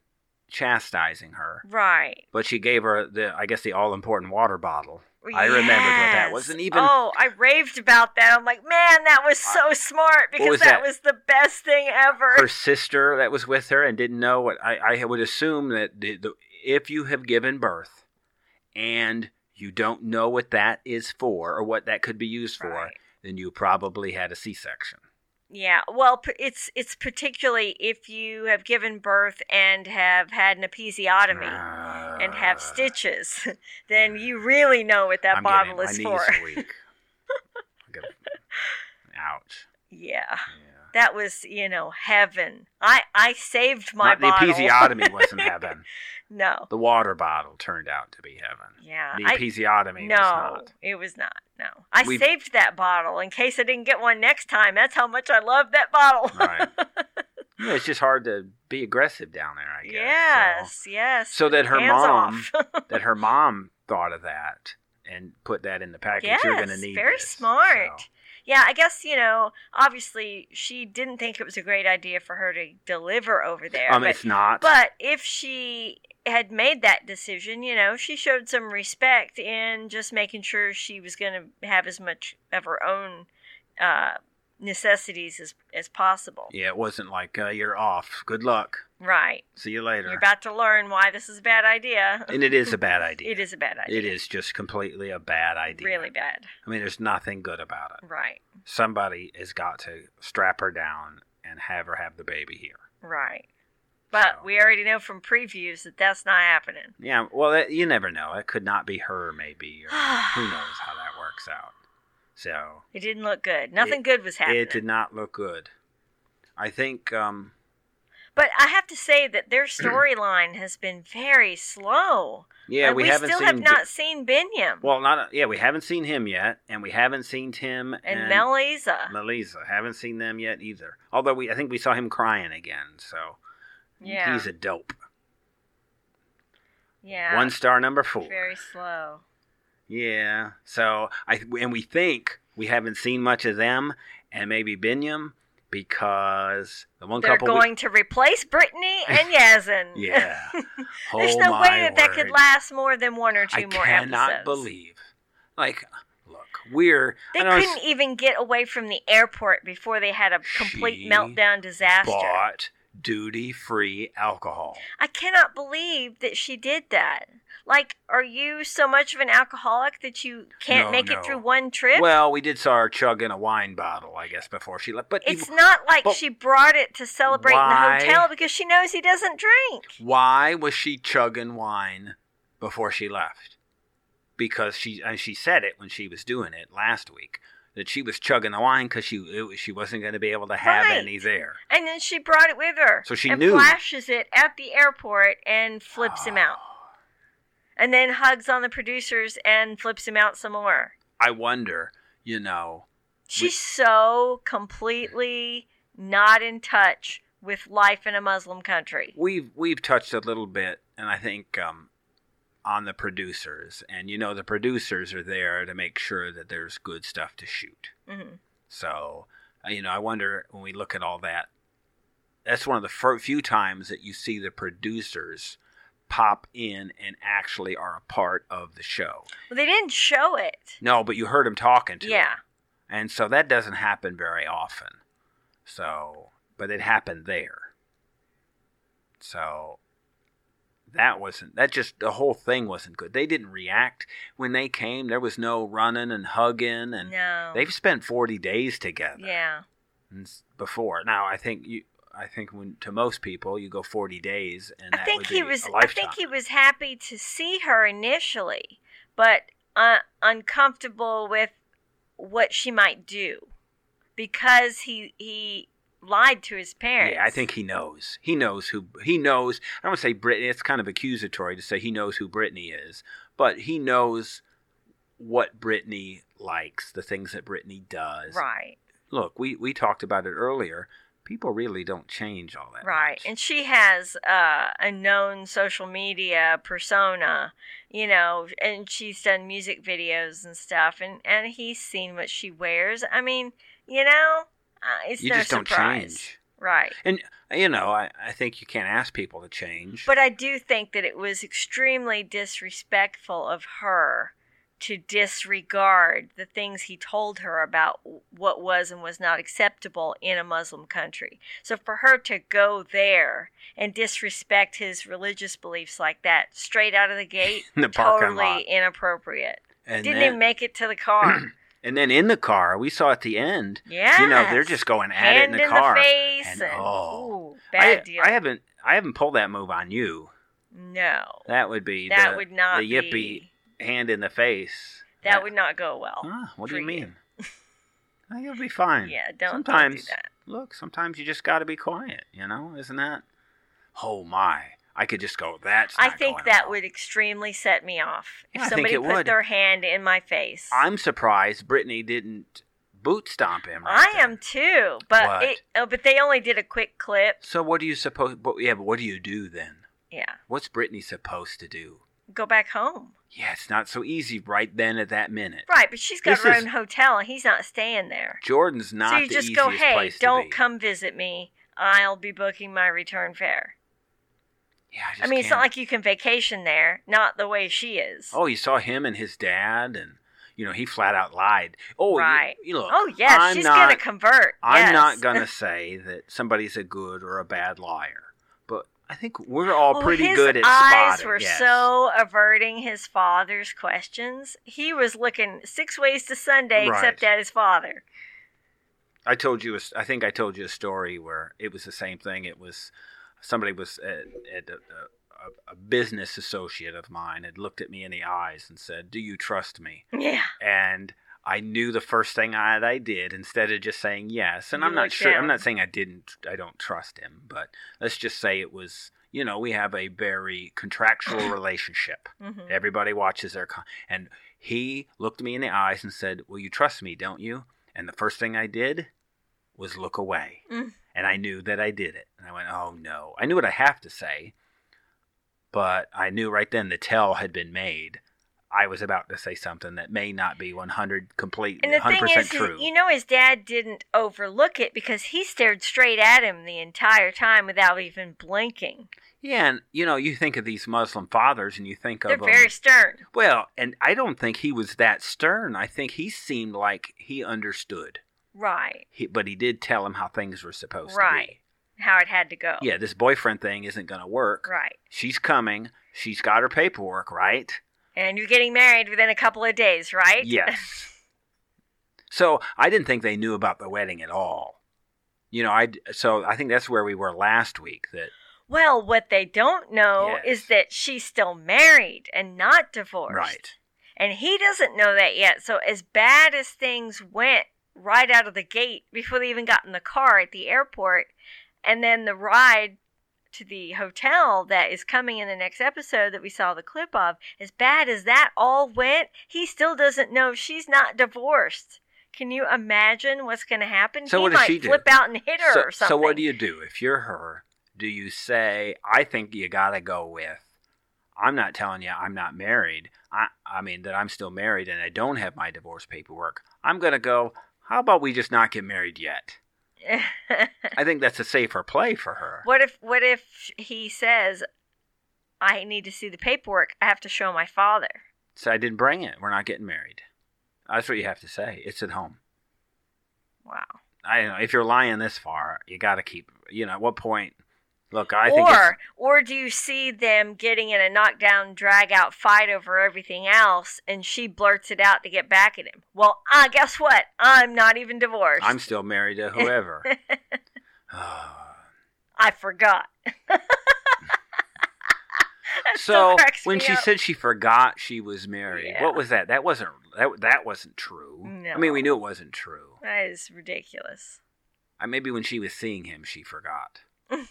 B: chastising her,
A: right.
B: but she gave her the, I guess, the all important water bottle. I remembered what that
A: Yes.
B: was, and even-
A: oh, I raved about that. I'm like, man, that was so smart because
B: was
A: that?
B: that?
A: was the best thing ever.
B: her sister that was with her and didn't know what I, I would assume that the, the, if you have given birth and you don't know what that is for or what that could be used for,
A: Right.
B: then you probably had a C section.
A: Yeah, well, p- it's it's particularly if you have given birth and have had an episiotomy and have
B: Ah.
A: stitches, then you really know what that
B: I'm
A: bottle
B: getting,
A: is
B: my
A: for.
B: Knees are weak. I gotta- ouch.
A: Yeah,
B: Yeah.
A: that was you know heaven. I I saved my
B: Not
A: bottle.
B: The episiotomy wasn't heaven.
A: no,
B: The water bottle turned out to be heaven.
A: yeah,
B: The
A: I-
B: episiotomy
A: no,
B: was not.
A: it was not. No, I
B: We've-
A: saved that bottle in case I didn't get one next time. That's how much I love that bottle.
B: Right. Yeah, it's just hard to be aggressive down there, I guess.
A: yes, yes.
B: So, so that her
A: Hands
B: mom
A: off.
B: that her mom thought of that and put that in the package. You're gonna
A: Yes,
B: need
A: very
B: this.
A: smart.
B: So,
A: Yeah, I guess, you know, obviously she didn't think it was a great idea for her to deliver over there.
B: um
A: but,
B: it's not
A: but if she had made that decision, you know, she showed some respect in just making sure she was going to have as much of her own uh, necessities as, as possible.
B: Yeah, it wasn't like uh, you're off. Good luck.
A: Right.
B: See you later.
A: You're about to learn why this is a bad idea.
B: and it is a bad idea.
A: It is a bad idea.
B: It is just completely a bad idea.
A: Really bad.
B: I mean, there's nothing good about it.
A: Right.
B: Somebody has got to strap her down and have her have the baby here.
A: Right. But
B: So-
A: we already know from previews that that's not happening.
B: Yeah, well, that, you never know. It could not be her, maybe, or who knows how that works out. So
A: It didn't look good. Nothing good was happening.
B: it did not look good. I think um,
A: But I have to say that their storyline has been very slow.
B: Yeah,
A: Like,
B: we, haven't
A: still
B: seen.
A: have
B: Bi-
A: not seen Binyam
B: well, not yeah, we haven't seen him yet, and we haven't seen Tim
A: and, Melisa.
B: Melissa. Haven't seen them yet either. Although we, I think we saw him crying again. So
A: yeah.
B: he's a dope.
A: yeah.
B: One star number four.
A: Very slow.
B: Yeah. So I and we think we haven't seen much of them, and maybe Binyam because the one
A: They're
B: couple. we-
A: going to replace Brittany and Yazin.
B: yeah.
A: There's
B: Oh,
A: no
B: my
A: way that that could
B: word.
A: last more than one or two
B: I
A: more
B: cannot
A: episodes.
B: believe. Like, look, we're
A: They
B: I know it's
A: couldn't even get away from the airport before they had a complete
B: She
A: meltdown disaster.
B: bought duty free alcohol.
A: I cannot believe that she did that. Like, are you so much of an alcoholic that you can't
B: No,
A: make
B: no.
A: it through one trip?
B: Well, we did saw her chugging a wine bottle, I guess, before she left. But
A: it's
B: even-
A: not like
B: but
A: she brought it to celebrate
B: why-
A: in the hotel because she knows he doesn't drink.
B: why was she chugging wine before she left? Because she and she said it when she was doing it last week that she was chugging the wine because she it, was- she wasn't going to be able to have
A: Right.
B: any there.
A: And then she brought it with her.
B: So she
A: and
B: knew.
A: flashes it at the airport and flips him out.
B: Ah,
A: And then hugs on the producers and flips him out some more.
B: I wonder, you know,
A: She's so completely not in touch with life in a Muslim country.
B: we've we've touched a little bit, and I think um, on the producers, and you know, the producers are there to make sure that there's good stuff to shoot.
A: hmm
B: So, uh, you know, I wonder when we look at all that, that's one of the fir- few times that you see the producers pop in and actually are a part of the show.
A: Well, they didn't show it.
B: No, but you heard them talking to
A: Yeah.
B: them. And so that doesn't happen very often. So, but it happened there. So that wasn't that just the whole thing wasn't good. They didn't react when they came. There was no running and hugging and
A: No.
B: they've spent 40 days together
A: Yeah.
B: and s- before. Now, I think you, I think when to most people, you go forty days, and
A: I
B: that
A: think
B: would
A: he
B: be
A: was.
B: A
A: I
B: lifetime.
A: think he was happy to see her initially, but uh, uncomfortable with what she might do because he he lied to his parents.
B: Yeah, I think he knows. He knows who he knows. I don't want to say Brittany. It's kind of accusatory to say he knows who Brittany is, but he knows what Brittany likes, the things that Brittany does.
A: Right.
B: Look, we we talked about it earlier. People really don't change all that.
A: Right.
B: much.
A: And she has uh, a known social media persona, you know, and she's done music videos and stuff, and, and he's seen what she wears. I mean, you know, uh, it's
B: you
A: no
B: just don't
A: surprise.
B: change.
A: Right.
B: You know, I, I think you can't ask people to change.
A: But I do think that it was extremely disrespectful of her to disregard the things he told her about what was and was not acceptable in a Muslim country. So for her to go there and disrespect his religious beliefs like that straight out of the gate,
B: in the parking
A: totally
B: lot,
A: inappropriate.
B: and
A: Didn't
B: then-
A: even make it to the car.
B: And then in the car, we saw at the end.
A: Yeah.
B: You know, they're just going at
A: Hand
B: it in the car.
A: face.
B: And,
A: And,
B: oh.
A: ooh, bad
B: I,
A: deal.
B: I haven't I haven't pulled that move on you.
A: no.
B: That would be
A: That
B: the,
A: would not
B: the yippee
A: be-
B: hand in the face.
A: That would not go well.
B: Ah, what do
A: for
B: you
A: you.
B: mean? I think it'll be fine.
A: Yeah, don't, don't
B: sometimes
A: do that.
B: look, sometimes you just got to be quiet. You know, isn't that? Oh my! I could just go. That's.
A: I
B: not
A: think
B: going
A: that
B: well."
A: would extremely set me off
B: Yeah,
A: if
B: I think
A: somebody
B: it
A: put
B: would.
A: their hand in my face.
B: I'm surprised Brittany didn't boot stomp him. Right
A: I
B: there.
A: am too, but
B: What?
A: it, oh, but they only did a quick clip.
B: So what do you suppose? But yeah, but what do you do then?
A: Yeah,
B: What's Brittany supposed to do?
A: go back home.
B: Yeah, it's not so easy right then at that minute.
A: Right, but she's got
B: This
A: her
B: is-
A: own hotel, and he's not staying there.
B: Jordan's not
A: so you
B: the
A: just
B: easiest
A: go, hey,
B: place to
A: don't
B: be.
A: come visit me. I'll be booking my return fare.
B: Yeah, I, just
A: I mean, it's
B: can't.
A: not like you can vacation there. Not the way she is.
B: Oh, you saw him and his dad, and you know he flat out lied. Oh, you-
A: right.
B: You, look,
A: oh yes,
B: I'm
A: she's
B: not,
A: gonna convert.
B: I'm not
A: yes.
B: gonna say that somebody's a good or a bad liar, but I think we're all
A: Well,
B: pretty
A: his
B: good at
A: eyes
B: spotting.
A: were
B: yes.
A: so averting his father's questions. He was looking six ways to Sunday,
B: Right.
A: except at his father.
B: I told you. a s- I think I told you a story where it was the same thing. It was somebody was at, at a, a, a business associate of mine had looked at me in the eyes and said, "Do you trust me?"
A: Yeah,
B: and I knew the first thing I, that I did instead of just saying yes. And
A: You
B: I'm not
A: looked
B: sure. I'm
A: down.
B: not saying I didn't. I don't trust him, but let's just say it was. You know, we have a very contractual relationship.
A: hmm
B: Everybody watches their con- and he looked me in the eyes and said, "Well, you trust me, don't you?" And the first thing I did was look away.
A: Mm.
B: And I knew that I did it. And I went, "Oh no." I knew what I have to say, but I knew right then the tell had been made. I was about to say something that may not be 100 complete
A: and the
B: 100%
A: thing is, his-
B: true.
A: you know, his dad didn't overlook it because he stared straight at him the entire time without even blinking.
B: yeah, and you know, you think of these Muslim fathers and you think
A: They're
B: of 'em-
A: very stern.
B: well, and I don't think he was that stern. I think he seemed like he understood.
A: Right,
B: he, but he did tell him how things were supposed
A: Right. how it had to go.
B: to be. Yeah, this boyfriend thing isn't going to work.
A: Right.
B: She's coming. She's got her paperwork, right?
A: And you're getting married within a couple of days, right?
B: Yes. so I didn't think they knew about the wedding at all. You know, I so I think that's where we were last week. That
A: Well, what they don't know
B: Yes.
A: is that she's still married and not divorced.
B: right.
A: And he doesn't know that yet. So, as bad as things went right out of the gate before they even got in the car at the airport, and then the ride to the hotel that is coming in the next episode that we saw the clip of, as bad as that all went, he still doesn't know she's not divorced. Can you imagine what's going to happen?
B: So
A: he
B: what does
A: might
B: she do?
A: flip out and hit her
B: so,
A: or something.
B: so what do you do if you're her? Do you say I think you got to go with? I'm not telling you I'm not married. I I mean that I'm still married and I don't have my divorce paperwork. I'm going to go, how about we just not get married yet? I think that's a safer play for her.
A: What if what if he says I need to see the paperwork. I have to show my father.
B: So I didn't bring it. We're not getting married. That's what you have to say. It's at home.
A: Wow.
B: I know if you're lying this far, you got to keep, you know, at what point Look, I think it's-
A: or or do you see them getting in a knockdown drag out fight over everything else and she blurts it out to get back at him. Well, uh, guess what? I'm not even divorced.
B: I'm still married to whoever. Ah.
A: I forgot.
B: so
A: still cracks
B: when
A: me
B: she
A: up.
B: said she forgot she was married,
A: Yeah.
B: what was that? That wasn't that, that wasn't true. I mean, we
A: No.
B: knew it wasn't true.
A: That is ridiculous.
B: I, maybe when she was seeing him, she forgot. I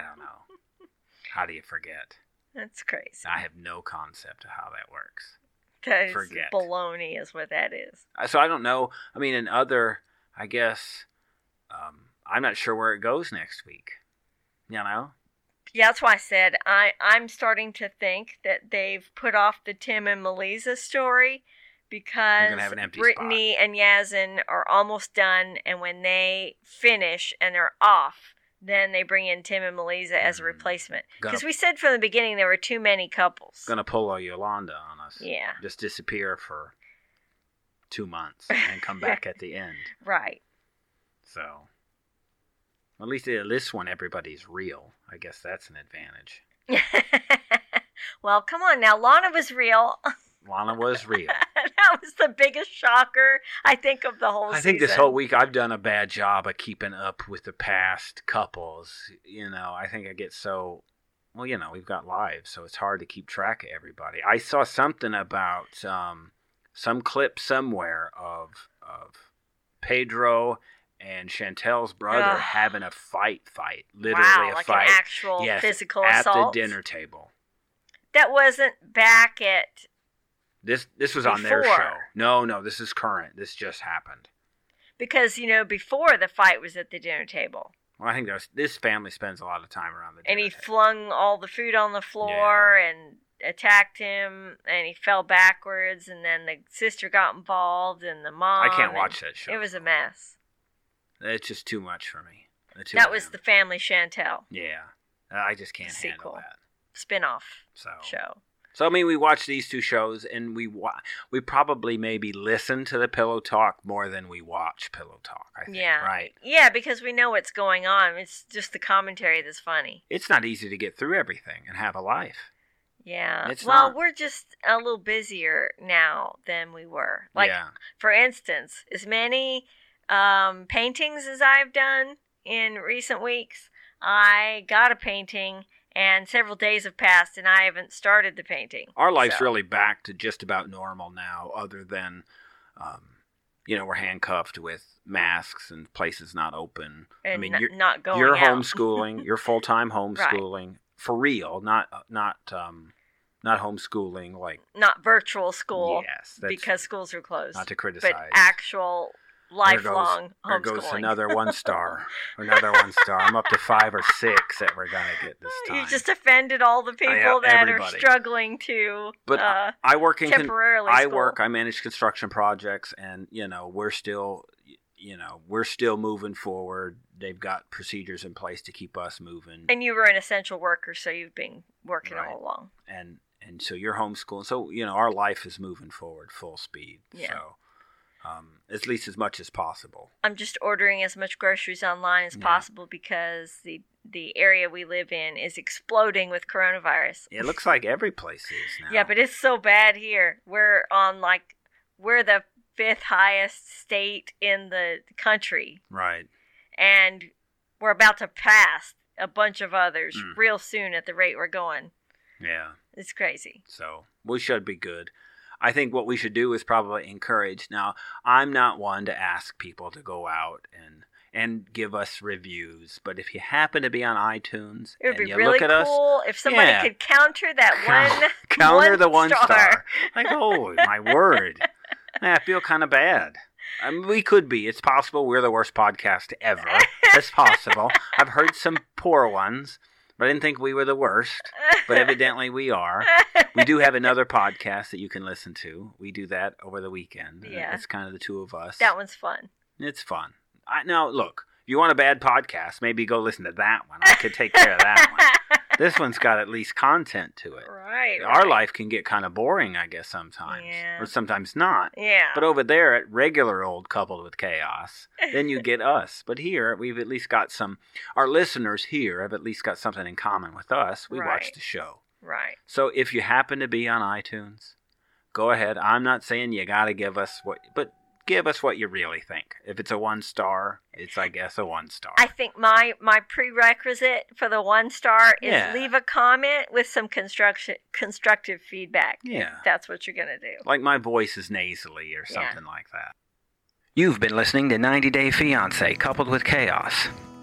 B: don't know. How do you forget?
A: That's crazy.
B: I have no concept of how that works.
A: That is
B: forget.
A: baloney is what that is.
B: Uh, So I don't know. I mean, in other, I guess, um, I'm not sure where it goes next week. You know,
A: Yeah, that's why I said I, I'm starting to think that they've put off the Tim and Melisa story because
B: have an empty
A: Brittany and Yazin are almost done, and when they finish and they're off, then they bring in Tim and Melisa as a
B: Mm.
A: replacement.
B: Gonna-
A: Because we said from the beginning there were too many couples.
B: gonna pull a Yolanda on us.
A: Yeah,
B: Just disappear for two months and come back at the end.
A: right.
B: So, at least in this one, everybody's real. I guess that's an advantage.
A: well, come on now. Lana was real.
B: Lana was real.
A: that was the biggest shocker I think of the whole.
B: I think this
A: season.
B: whole week I've done a bad job of keeping up with the past couples. You know, I think I get so well, you know, we've got lives, so it's hard to keep track of everybody. I saw something about um, some clip somewhere of of Pedro and Chantel's brother
A: Ugh.
B: having a fight, fight, literally
A: wow,
B: a
A: like
B: fight
A: an actual
B: Yes,
A: physical
B: at
A: assault
B: the dinner table.
A: That wasn't back at
B: This this was on their
A: Before.
B: show. No, no, this is current. This just happened.
A: because you know before the fight was at the dinner table.
B: Well, I think that's, this family spends a lot of time around the dinner
A: and he
B: table.
A: flung all the food on the floor and attacked him and he fell backwards and then the sister got involved and the mom
B: I can't
A: and
B: watch that show.
A: it was a mess
B: It's just too much for me. The two
A: that
B: of
A: was
B: them.
A: the family chantel
B: yeah. I just can't handle
A: sequel.
B: that.
A: spin-off
B: So
A: show
B: so I mean, we watch these two shows, and we wa- we probably maybe listen to the Pillow Talk more than we watch Pillow Talk. I think,
A: Yeah.
B: right?
A: yeah because we know what's going on it's just the commentary that's funny
B: It's not easy to get through everything and have a life.
A: yeah
B: It's
A: well
B: not.
A: we're just a little busier now than we were like
B: yeah,
A: for instance, as many um, paintings as I've done in recent weeks, I got a painting and several days have passed and I haven't started the painting.
B: our life's
A: So,
B: really back to just about normal now, other than, um, you know, we're handcuffed with masks and places not open.
A: and
B: I mean,
A: n-
B: you're,
A: not going
B: you're
A: out.
B: homeschooling you're full-time homeschooling for real not not um not homeschooling like
A: not virtual school
B: yes that's
A: because schools are closed.
B: not to
A: but
B: criticize
A: actual lifelong
B: there
A: homeschooling.
B: goes another one star another one star i'm up to five or six that we're gonna get this time uh,
A: You just offended all the people that
B: everybody.
A: are struggling to
B: But, uh,
A: uh,
B: i work in con-
A: temporarily.
B: I
A: school.
B: work, I manage construction projects, and you know we're still, you know we're still moving forward. They've got procedures in place to keep us moving,
A: And you were an essential worker, so you've been working
B: Right.
A: all along.
B: and and so you're homeschooling. So you know our life is moving forward full speed.
A: Yeah.
B: So um, at least as much as possible.
A: I'm just ordering as much groceries online as
B: Yeah.
A: possible because the the area we live in is exploding with coronavirus.
B: It looks like every place is now.
A: Yeah, but it's so bad here. We're on like we're the fifth highest state in the country
B: right.
A: and we're about to pass a bunch of others
B: Mm.
A: real soon at the rate we're going.
B: Yeah.
A: It's crazy.
B: So we should be good. I think what we should do is probably encourage. Now, I'm not one to ask people to go out and and give us reviews, but if you happen to be on iTunes
A: It would
B: and
A: be
B: you
A: really
B: look at us,
A: cool if somebody
B: Yeah.
A: could counter that
B: Coun-
A: one
B: counter
A: one
B: the one star.
A: star.
B: Like, oh my word, I feel kind of bad. I mean, we could be. It's possible we're the worst podcast ever. It's possible. I've heard some poor ones, but I didn't think we were the worst. But evidently, we are. we do have another podcast that you can listen to. We do that over the weekend. Uh,
A: Yeah.
B: It's kind of the two of us.
A: that one's fun.
B: It's fun. I, now, look, if you want a bad podcast, maybe go listen to that one. I could take care of that one. This one's got at least content to it.
A: right.
B: Our life can get kind of boring, I guess, sometimes,
A: Yeah.
B: or sometimes not.
A: Yeah.
B: But uh, over there, at regular old coupled with chaos, then you get us. But here, we've at least got some, our listeners here have at least got something in common with us. We watch
A: Right.
B: the show.
A: right.
B: So if you happen to be on iTunes, go ahead. I'm not saying you got to give us what, but give us what you really think. If it's a one star, it's I guess a one star.
A: I think my my prerequisite for the one star is
B: Yeah.
A: leave a comment with some construction constructive feedback.
B: yeah,
A: That's what you're gonna do.
B: like my voice is nasally or
A: Yeah.
B: something like that. You've been listening to 90 Day Fiance coupled with chaos.